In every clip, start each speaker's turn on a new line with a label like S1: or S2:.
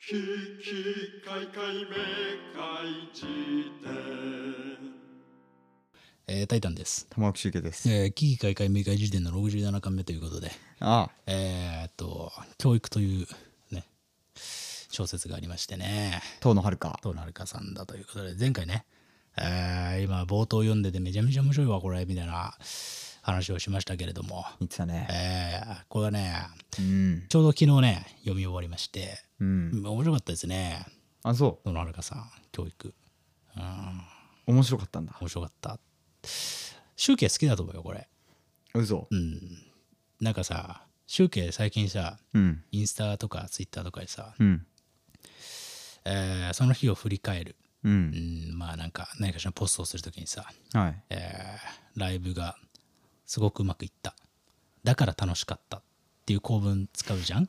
S1: ききかいかいめかいじ典
S2: えータイタンです。
S3: 玉置周家です。
S2: えー、危機開会明快時点の67巻目ということで、
S3: あ
S2: えーっと、教育というね、小説がありましてね、
S3: あ、遠野遥か。
S2: 遠野遥さんだということで、前回ね、えー今冒頭読んでてめちゃめちゃ面白いわ、これ、みたいな話をしましたけれども、
S3: 言ってたね。
S2: えーこれはね、
S3: うん。
S2: ちょうど昨日ね、読み終わりまして、
S3: うん。
S2: 面白かったですね、
S3: あ、そ
S2: 遠野遥さん、教育。うん、
S3: う。面白かったんだ。
S2: 面白かった。集計好きだと思うよ、これ。
S3: 嘘。
S2: うん、なんかさ集計最近さ
S3: うん。
S2: インスタとかツイッターとかでさ、
S3: うん。
S2: えーその日を振り返る、
S3: う。
S2: うんん、まあなんか何かしらポストをするときにさ、
S3: はい。
S2: えーライブがすごくうまくいっただから楽しかったっていう構文使うじ ゃん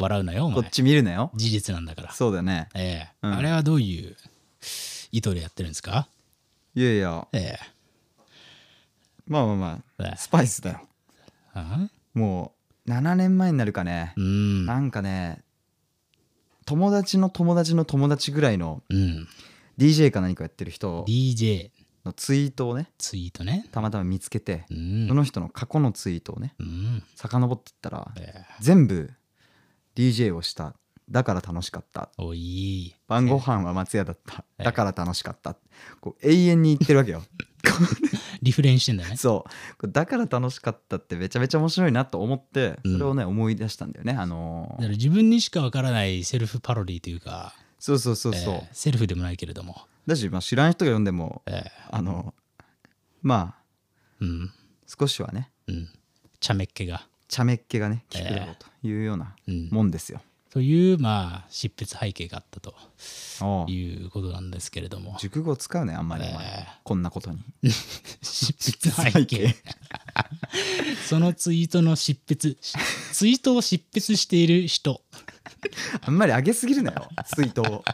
S2: 笑うなよお
S3: こ
S2: 前
S3: っち見るなよ。
S2: 事実なんだから、
S3: そうだよね。
S2: えー
S3: うん
S2: あれはどういう意図でやってるんですか
S3: いやいや、
S2: え
S3: まあまあま
S2: え
S3: あ、スパイスだよ。
S2: ーあ
S3: もう、7年前になるかね
S2: う。ん
S3: なんかね、友達の友達の友達ぐらいの
S2: うん
S3: DJ か何かやってる人
S2: DJ
S3: のツイートをね、
S2: ツイートね
S3: たまたま見つけて
S2: う、
S3: そ
S2: ん
S3: の人の過去のツイートをね、
S2: うん
S3: 遡ってったら、
S2: え
S3: 全部 DJ をした。だから楽しかった。
S2: ーおいい
S3: 晩ご飯は松屋だった、
S2: ええ
S3: だから楽しかったこう永遠に言ってる わけよ
S2: リフレインしてんだね。
S3: そうこうだから楽しかったってめちゃめちゃ面白いなと思って
S2: うん
S3: それをね思い出したんだよね、あの
S2: だ
S3: ー
S2: から自分にしかわからないセルフパロディというか、
S3: そうそうそう
S2: えー
S3: そう、
S2: セルフでもないけれども、
S3: だし、まあ、知らん人が読んでも
S2: え
S3: あのーまあ
S2: ーうん、
S3: 少しはね
S2: うん、茶目っ気が。
S3: 茶目っ気がね聞くだろうというような
S2: うん
S3: もんですよ、
S2: という、まあ、執筆背景があったと
S3: おう
S2: いうことなんですけれども、
S3: 熟語使うねあんまりお前、
S2: え
S3: こんなことに
S2: 執筆背景。 そのツイートの執筆、しツイートを執筆している人、
S3: あんまり上げすぎるなよ水筒 を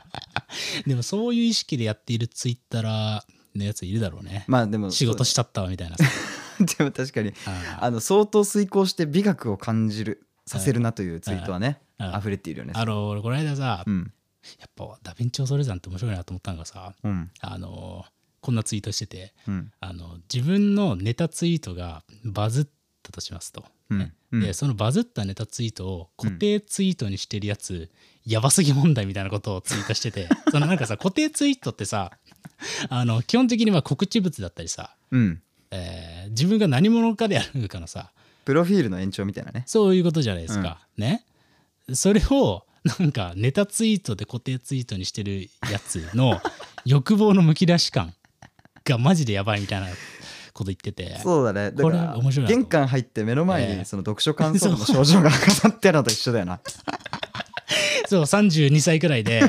S2: でもそういう意識でやっているツイッターのやついるだろうね。
S3: まあでも
S2: 仕事しちゃったわみたいなさ。
S3: でも確かに
S2: あー
S3: あの相当遂行して美学を感じるさせるなというツイートはね、
S2: うん
S3: 溢れているよね。
S2: あの、俺この間さ、
S3: うん、
S2: やっぱダヴィンチ・オソレザンって面白いなと思ったのがさ
S3: うん、
S2: あのこんなツイートしてて
S3: うん、
S2: あの自分のネタツイートがバズったとしますと、
S3: うん
S2: ね、
S3: うん
S2: でそのバズったネタツイートを固定ツイートにしてるやつ、やばすぎ問題みたいなことをツイートして てそのなんかさ固定ツイートってさあの基本的には告知物だったりさ、
S3: うん。
S2: えー自分が何者かであるかのさ
S3: プロフィールの延長みたいなね。
S2: そういうことじゃないですか。ね。それを、なんか、ネタツイートで固定ツイートにしてるやつ の欲望のむき出し感がマジでやばいみたいなこと言ってて。
S3: そうだね。だか
S2: こ
S3: ら
S2: れ面白いなと思う
S3: 玄関入って目の前
S2: ええ
S3: にその読書感想文の症状が飾ってあるのと一緒だ よな。
S2: そう、32歳くらい で、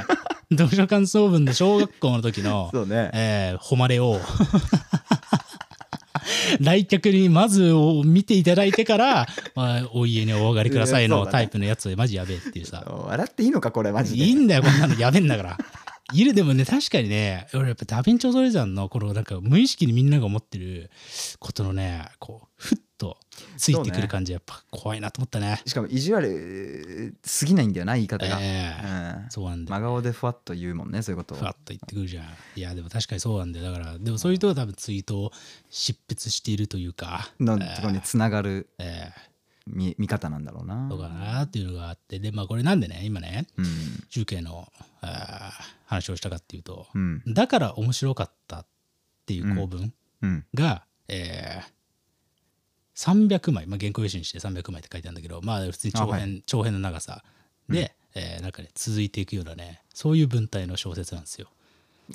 S2: 読書感想文の小学校の時の、
S3: そうね。
S2: えー誉れを来客にまずを見ていただいてから、まあお家にお上がりください
S3: えーそ
S2: の
S3: うだね
S2: タイプのやつマジやべえっていうさ
S3: 笑っていいのかこれマジで。
S2: いいんだよ、こんなの。やべえんだから。いる、でもね、確かにね、俺やっぱダヴィンチョ・ゾレザンの、このなんか無意識にみんなが思ってることのね、こう、ふっとついてくる感じ、やっぱ怖いなと思ったね。
S3: しかも意地悪すぎないんだよな言い方が。
S2: ええ
S3: うん
S2: そうなんだよ。
S3: 真顔でふわっと言うもんねそういうことを
S2: ふわっと言ってくるじゃん。いや、でも確かにそうなんだよ。だから、でもそういう人は多分ツイートを執筆しているというか、
S3: のところにつながる
S2: ええ
S3: 見見方なんだろうな。
S2: そうかなっていうのがあって、で、まあこれなんでね、今ね、
S3: うん
S2: 中継の、あー話をしたかっていうと、
S3: うん
S2: だから面白かったっていう構文、
S3: うん
S2: が、えー、300枚、まあ、原稿用紙にして300枚って書いてあるんだけど、まあ、普通に長編
S3: あは
S2: 長編の長さで、えーなんかね、続いていくようなねそういう文体の小説なんですよ。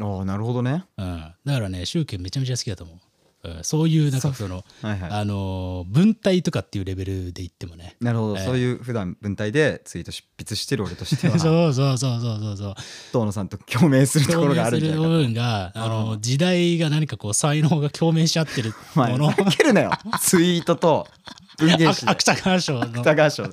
S3: ああなるほどね。
S2: うん、だからね宗教めちゃめちゃ好きだと思う。うん、そういうなんかその、
S3: はいはい。
S2: あのー文体とかっていうレベルで言ってもね。
S3: なるほど、
S2: ええ
S3: そういう普段文体でツイート執筆してる俺としては
S2: そうそうそうそうそうそう。
S3: 遠野さんと共鳴するところがあるんじゃない
S2: 共
S3: か
S2: 鳴する部分が、あのー時代が何かこう才能が共鳴し合ってる
S3: お
S2: も
S3: 前
S2: の。
S3: ふざけるなよツイートと文芸誌で
S2: 芥川賞の。
S3: 芥川賞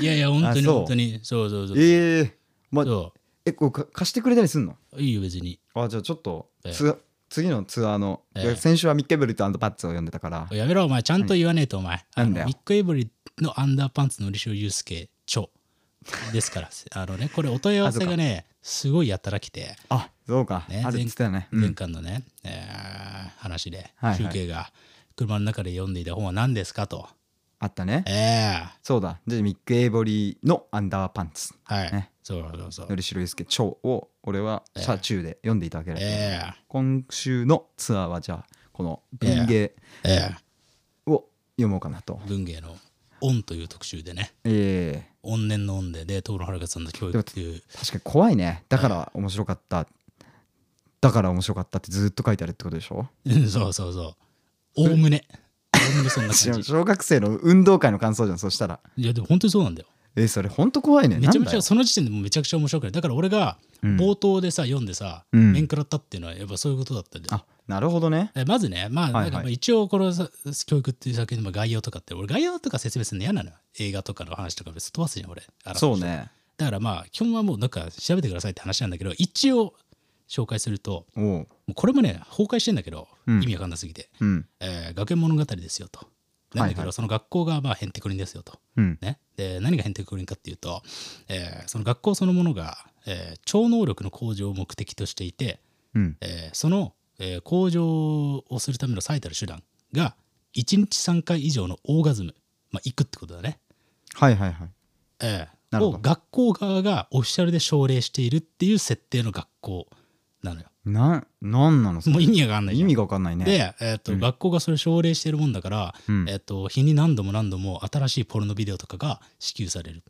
S2: いやいや本当
S3: あ
S2: に
S3: そう
S2: 本当にそうそうそう。
S3: ええま
S2: そ
S3: えこうか貸してくれたりすんの
S2: ういいよ別に
S3: あじゃあちょっと
S2: ええ
S3: ツア、次のツアーの、
S2: ええ
S3: 先週はミッケブルとアンドパッツを読んでたから
S2: やめろお前ちゃんと言わねえとお前あ
S3: な
S2: の
S3: んだよ
S2: ビッグエブリのアンダーパンツのりしおゆうすけ超です からあのねこれお問い合わせがねすごいやったら来て、
S3: あそうか、
S2: ね、
S3: あるっ
S2: 前
S3: つってたね、う
S2: 前
S3: ん、
S2: 回のね、えー話で
S3: はいはい
S2: 風景が車の中で読んでいた本は何ですかと
S3: あったね
S2: ええ
S3: そうだじゃあミック・エイボリーの「アンダーパンツ
S2: はい、
S3: ね
S2: そうそうそ」う
S3: のりしろゆうすけ超を俺は車中で読んでいたわけだけど、
S2: え
S3: 今週のツアーはじゃあこの文芸
S2: ええ
S3: を読もうかなと
S2: え文芸の「オン」という特集でね
S3: え
S2: 怨念の「オン」でで徹春香さんの教育っていう
S3: え確かに怖いねだから面白かっただから面白かったってずっと書いてあるってことでしょ
S2: うんそうそうそうおおむ ねおおむねそんな感じ
S3: 小学生の運動会の感想じゃんそしたら
S2: いやでも本当にそうなんだよ
S3: えーそれほんと怖いね
S2: めちゃめ
S3: なん
S2: ち
S3: だ
S2: ゃ
S3: よ
S2: その時点でもうめちゃくちゃ面白くないだから俺が
S3: うん
S2: 冒頭でさ、読んでさ、
S3: うん
S2: 面食らったっていうのはやっぱそういうことだったんだよ
S3: あなるほどね
S2: えまずね、まあ、
S3: いはい
S2: なんかまあ一応このさ教育っていう作品の概要とかって、俺概要とか説明するの嫌なのよ。映画とかの話とか別に飛ばすじゃん、俺。あら
S3: そう。ね
S2: だからまあ、基本はもうなんか調べてくださいって話なんだけど、一応紹介すると、
S3: おう
S2: もうこれもね、崩壊してんだけど、
S3: うん
S2: 意味わかんなすぎて、
S3: うん
S2: えー学園物語ですよと。なんだけど、
S3: はいはい
S2: その学校がまあヘンテコリンですよと。
S3: うん
S2: ね、で何がヘンテコリンかっていうと、えーその学校そのものが、えー超能力の向上を目的としていて、
S3: うん
S2: えーその、えー向上をするための最たる手段が1日3回以上のオーガズム、まあ、行くってことだね、
S3: はいはいはい
S2: えー
S3: なるほ
S2: を
S3: ど
S2: 学校側がオフィシャルで奨励しているっていう設定の学校なのよ
S3: なんなんなのそれ
S2: もう意味がわかんないじ
S3: 意
S2: ゃん
S3: 味がわかんないね
S2: で、えーと学校がそれ奨励してるもんだから、
S3: うん
S2: えー、と日に何度も何度も新しいポルノビデオとかが支給される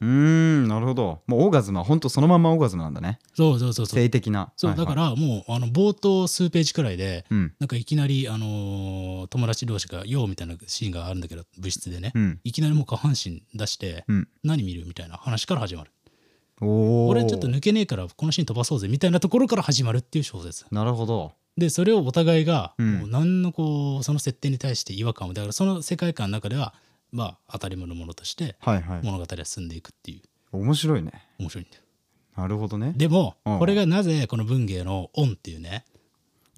S3: うーんなるほどもうオーガズムはほんとそのまんまオーガズムなんだね
S2: そうそうそうそう
S3: 性的な
S2: そう
S3: はいは
S2: だ
S3: い
S2: からもうあの冒頭数ページくらいで、
S3: うん
S2: なんかいきなり、あのー友達同士が「よう」みたいなシーンがあるんだけど部室でね、
S3: うん
S2: いきなりもう下半身出して、
S3: うん
S2: 何見るみたいな話から始まる
S3: おお
S2: 俺ちょっと抜けねえからこのシーン飛ばそうぜみたいなところから始まるっていう小説
S3: なるほど
S2: でそれをお互いが
S3: うん
S2: もう何のこうその設定に対して違和感をだからその世界観の中ではまあ当たり前のものとして
S3: はいはい
S2: 物語は進んでいくっていう
S3: 面白いね
S2: 面白いんだよ
S3: なるほどね
S2: でも
S3: うん
S2: これがなぜこの文芸の「オン」っていうね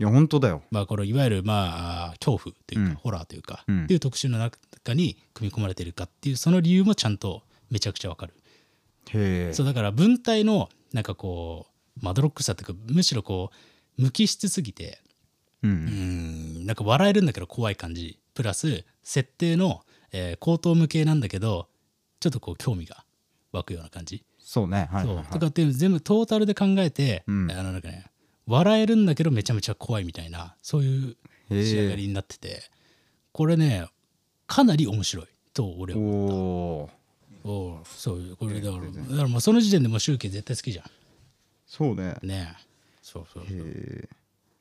S3: いやほんとだよ
S2: まあ、このいわゆる、まあ、恐怖というか、
S3: うん
S2: ホラーというか、
S3: うん
S2: っていう特集の中に組み込まれているかっていうその理由もちゃんとめちゃくちゃわかる、
S3: へえ
S2: そうだから文体のなんかこうまどろっくさというかむしろこう無機質すぎて
S3: う
S2: うんーんなんか笑えるんだけど怖い感じプラス設定の、えー口頭無形なんだけどちょっとこう興味が湧くような感じ、
S3: そうねはいはいはい
S2: そうとかっていう全部トータルで考えて、
S3: うん
S2: あのなんかね笑えるんだけどめちゃめちゃ怖いみたいなそういう
S3: へえ
S2: 仕上がりになっててこれねかなり面白いと俺
S3: お
S2: は
S3: おー
S2: おうそういうこれだからだからもうその時点でもう集計絶対好きじゃ
S3: そうね
S2: んねえそうそうそう
S3: へえ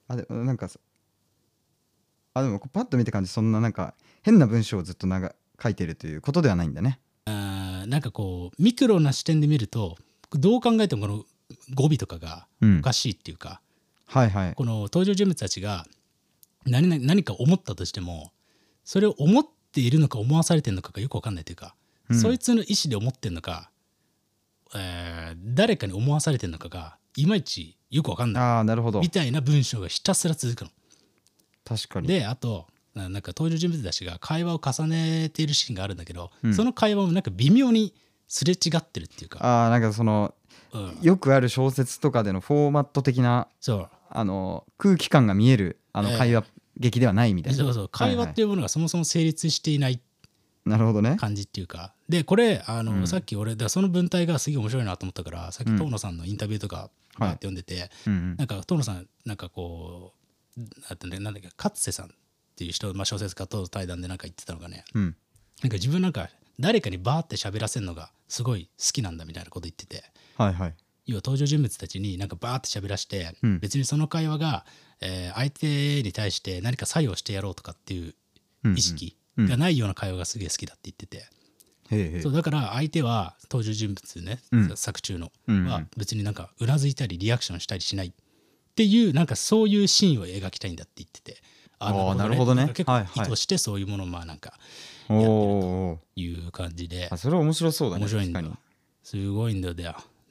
S3: あでなんかそあでもこうパッと見た感じそんななんか変な文章をずっと長書いてるということではないんだね
S2: あーなんかこうミクロな視点で見るとどう考えてもこの語尾とかが
S3: うん
S2: おかしいっていうか、
S3: はいはい
S2: この登場人物たちが何々何か思ったとしてもそれを思っているのか思わされてるのかがよく分かんないというか、
S3: うん
S2: そいつの意思で思ってるのか、えー誰かに思わされてるのかがいまいちよく分かんない
S3: ああなるほど
S2: みたいな文章がひたすら続くの。
S3: 確かに
S2: であとななんか登場人物たちが会話を重ねているシーンがあるんだけど、
S3: うん
S2: その会話もなんか微妙にすれ違ってるっていうか、
S3: ああなんかその
S2: うん、
S3: よくある小説とかでのフォーマット的な
S2: そう
S3: あの空気感が見えるあの
S2: ええ
S3: 会話劇ではないみたいな、
S2: そうそう会話っていうものがそもそも成立していない
S3: なるほどね
S2: 感じっていうかでこれあの、
S3: うん
S2: さっき俺だからその文体がすげえ面白いなと思ったからさっき
S3: うん
S2: 遠野さんのインタビューとかバーって読んでて、
S3: うんうん
S2: なんか遠野さんなんかこうあとねなんだっけ勝瀬さんっていう人、まあ、小説家との対談でなんか言ってたのがね
S3: うん
S2: なんか自分なんか誰かにバーって喋らせるのがすごい好きなんだみたいなこと言ってて
S3: はいはい
S2: 要は登場人物たちになんかバーって喋らせて、
S3: うん
S2: 別にその会話が、えー相手に対して何か作用してやろうとかっていう意識
S3: うんうん
S2: がないような会話がすげえ好きだって言ってて。
S3: へえへえ
S2: そうだから相手は登場人物ね、
S3: うん
S2: 作中の
S3: うんうん
S2: は別になんかうなずいたりリアクションしたりしないっていうなんかそういうシーンを描きたいんだって言ってて
S3: あーなるほどね
S2: なんか結
S3: はいは
S2: 構
S3: い
S2: 意図してそういうものをまあなんか
S3: おーおー
S2: いう感じで
S3: あそれは面白そうだね
S2: 面白いんだ
S3: 確か
S2: すごいんだよ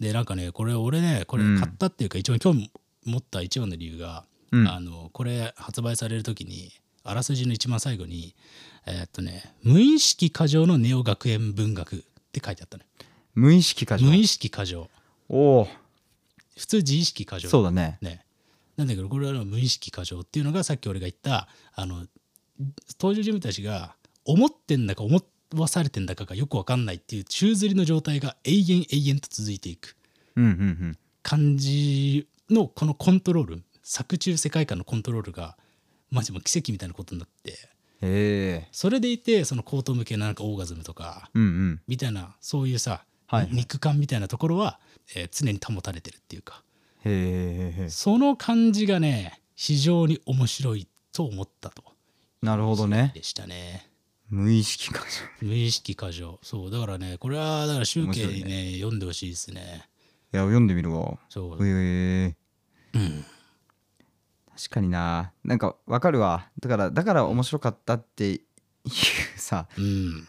S2: でなんかねこれ俺ねこれ
S3: うん
S2: 買ったっていうか一番興味持った一番の理由が、
S3: うん
S2: あのこれ発売される時にあらすじの一番最後にえーっとね「無意識過剰のネオ学園文学」って書いてあったね
S3: 無意識過剰
S2: 無意識過剰
S3: おお
S2: 普通自意識過剰
S3: そうだね
S2: ねなんだけどこれは無意識過剰っていうのがさっき俺が言ったあの登場人物たちが思ってんだか思わされてんだかがよく分かんないっていう宙づりの状態が永遠永遠と続いていく
S3: うんうんうん
S2: 感じのこのコントロール作中世界観のコントロールがマジもう奇跡みたいなことになって
S3: へえ
S2: それでいてその高等向けななんかオーガズムとか
S3: うんうん
S2: みたいなそういうさ、
S3: はい
S2: 肉感みたいなところは、えー常に保たれてるっていうか
S3: へえ
S2: その感じがね非常に面白いと思ったと
S3: なるほどね
S2: でしたね
S3: 無意識過剰
S2: 無意識過剰そうだからねこれはだから集計
S3: 面
S2: に
S3: 白い
S2: ね読んでほしいですね
S3: いや読んでみるわ
S2: そう、
S3: へえ
S2: うん
S3: 確かにななんかわかるわだからだから面白かったっていうさ
S2: うん
S3: 僕は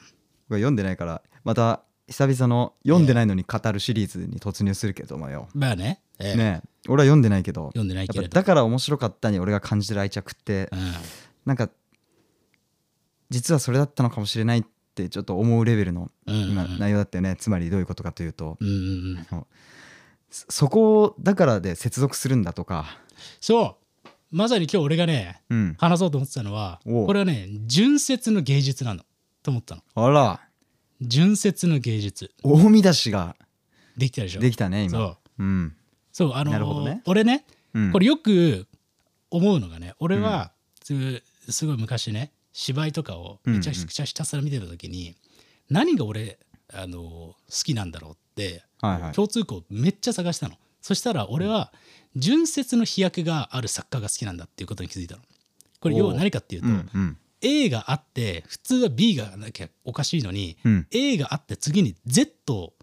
S3: 読んでないからまた久々の読んでないのに語るシリーズに突入するけどもよ、
S2: まあね,、えー
S3: ねえ俺は読んでないけど
S2: 読んでない
S3: や
S2: け
S3: っぱ
S2: れど
S3: だから面白かったに俺が感じる愛着って
S2: うん
S3: なんか実はそれだったのかもしれないってちょっと思うレベルの
S2: うんうん
S3: 今内容だったよねつまりどういうことかというと
S2: うんうんうん
S3: そそこをだからで接続するんだとか
S2: そうまさに今日俺がね
S3: うん
S2: 話そうと思ってたのは
S3: おう
S2: これはね純節の芸術なのと思ったの
S3: あら
S2: 純節の芸術
S3: 大見出しが
S2: できたでしょ
S3: できたね
S2: そ
S3: 今
S2: う
S3: うん
S2: そうあのー
S3: なるほどね
S2: 俺ね
S3: うん
S2: これよく思うのがね俺はすすごい昔ね芝居とかをめちゃくちゃひたすら見てた時に何が俺あのー好きなんだろうって
S3: はいはい
S2: 共通項めっちゃ探したのそしたら俺は純節の飛躍がある作家が好きなんだっていうことに気づいたのこれ
S3: おう
S2: 要は何かっていうと、
S3: うんうん
S2: A があって普通は B がなきゃおかしいのに、
S3: うん
S2: A があって次に Z を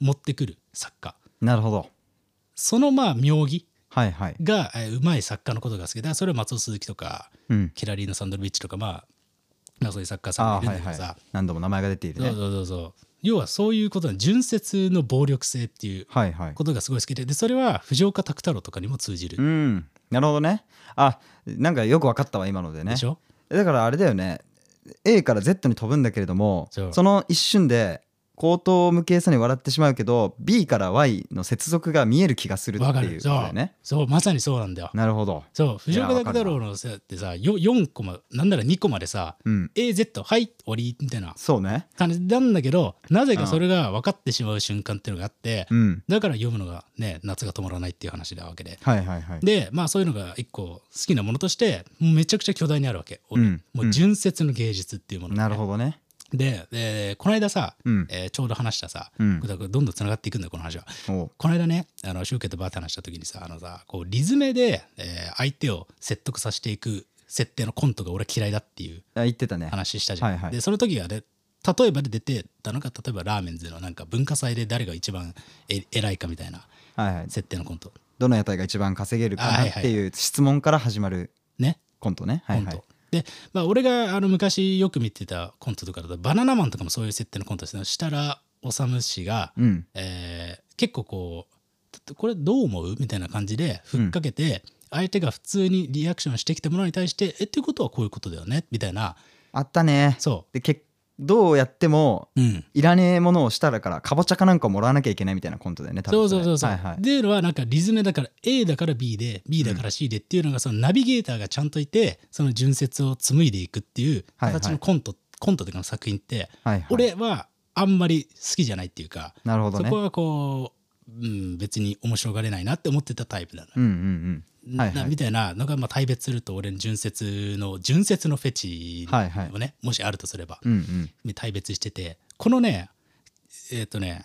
S2: 持ってくる作家
S3: なるほど
S2: そのまあ妙義
S3: はいはい
S2: がえーうまい作家のことが好きだからそれは松尾鈴木とか
S3: うん
S2: ケラリーノ・サンドルビッチとかまあまあそういう作家さ
S3: あ
S2: ん
S3: ー
S2: がい
S3: は
S2: る
S3: い
S2: んだ
S3: は
S2: けど
S3: い
S2: さ
S3: 何度も名前が出てい
S2: そ
S3: る
S2: う
S3: ね
S2: そうそうそう要はそういうことなの純節の暴力性っていう
S3: はいはい
S2: ことがすごい好きででそれは藤岡拓太郎とかにも通じる
S3: うんなるほどねあなんかよく分かったわ今のでね
S2: でしょ、
S3: だからあれだよね A から Z に飛ぶんだけれども
S2: そ
S3: そうの一瞬で口頭無形さに笑ってしまうけど B から Y の接続が見える気がするって
S2: わか
S3: いう
S2: る
S3: こと
S2: そう
S3: だよね。
S2: そうまさにそうなんだよ
S3: なるほど。
S2: そう藤岡拓太郎のさってさよ4コマなんなら2コマでさ
S3: うん、
S2: AZ はい降りみたいな
S3: そうね。
S2: 感じなんだけどなぜかそれが分かってしまう瞬間っていうのがあって
S3: うん、
S2: だから読むのがね夏が止まらないっていう話なわけで
S3: はいはいはい。
S2: でまあそういうのが一個好きなものとしてもうめちゃくちゃ巨大にあるわけ、俺
S3: うん
S2: もう純節の芸術っていうものがね、
S3: なるほどね。
S2: ででこの間さ、
S3: うん、
S2: えーちょうど話したさ、
S3: うん
S2: これどんどんつながっていくんだよこの話は
S3: おう
S2: この間ねあのシュウケとバーって話した時にさあのさこうリズムで、えー相手を説得させていく設定のコントが俺は嫌いだっていう
S3: あ言ってたね。
S2: 話したじゃん、
S3: はいはい
S2: でその時がね例えばで出てたのが例えばラーメンズのなんか文化祭で誰が一番え偉いかみたいな
S3: はいはい。
S2: 設定のコント
S3: どの屋台が一番稼げるか
S2: あは
S3: ないっ
S2: はい
S3: ていう質問から始まる
S2: ね
S3: コントね。
S2: コ
S3: はい
S2: ント、
S3: はい。
S2: で、まあ、俺があの昔よく見てたコントとかだとバナナマンとかもそういう設定のコントですね設楽治氏が、
S3: うん、
S2: えー結構こうちょっとこれどう思うみたいな感じでふっかけて、相手が普通にリアクションしてきたものに対して「えっていうことはこういうことだよね」みたいな
S3: あったね。
S2: そ
S3: でけどうやっても
S2: う、うん、
S3: いらねえものをしたらからかぼちゃかなんかもらわなきゃいけないみたいなコントだよね。多
S2: そ
S3: 分
S2: うそうそうそう、
S3: はいはい
S2: っ。ていうのはなんかリズムだから A だから B で B だから C でっていうのがそのナビゲーターがちゃんといてその順節を紡いでいくっていう形のコント、コントというかの作品って
S3: はいはい、
S2: 俺はあんまり好きじゃないっていうか、
S3: なるほど
S2: そ
S3: ね
S2: こ。はこう、うん、別に面白がれないなって思ってたタイプなの、
S3: うんうんうん。はいは
S2: ないみ。たいなのがまあ対別すると俺の純節の純節のフェチをね、
S3: はいはい
S2: もしあるとすれば、
S3: うんうん。
S2: 対別しててこのねえっ、とね、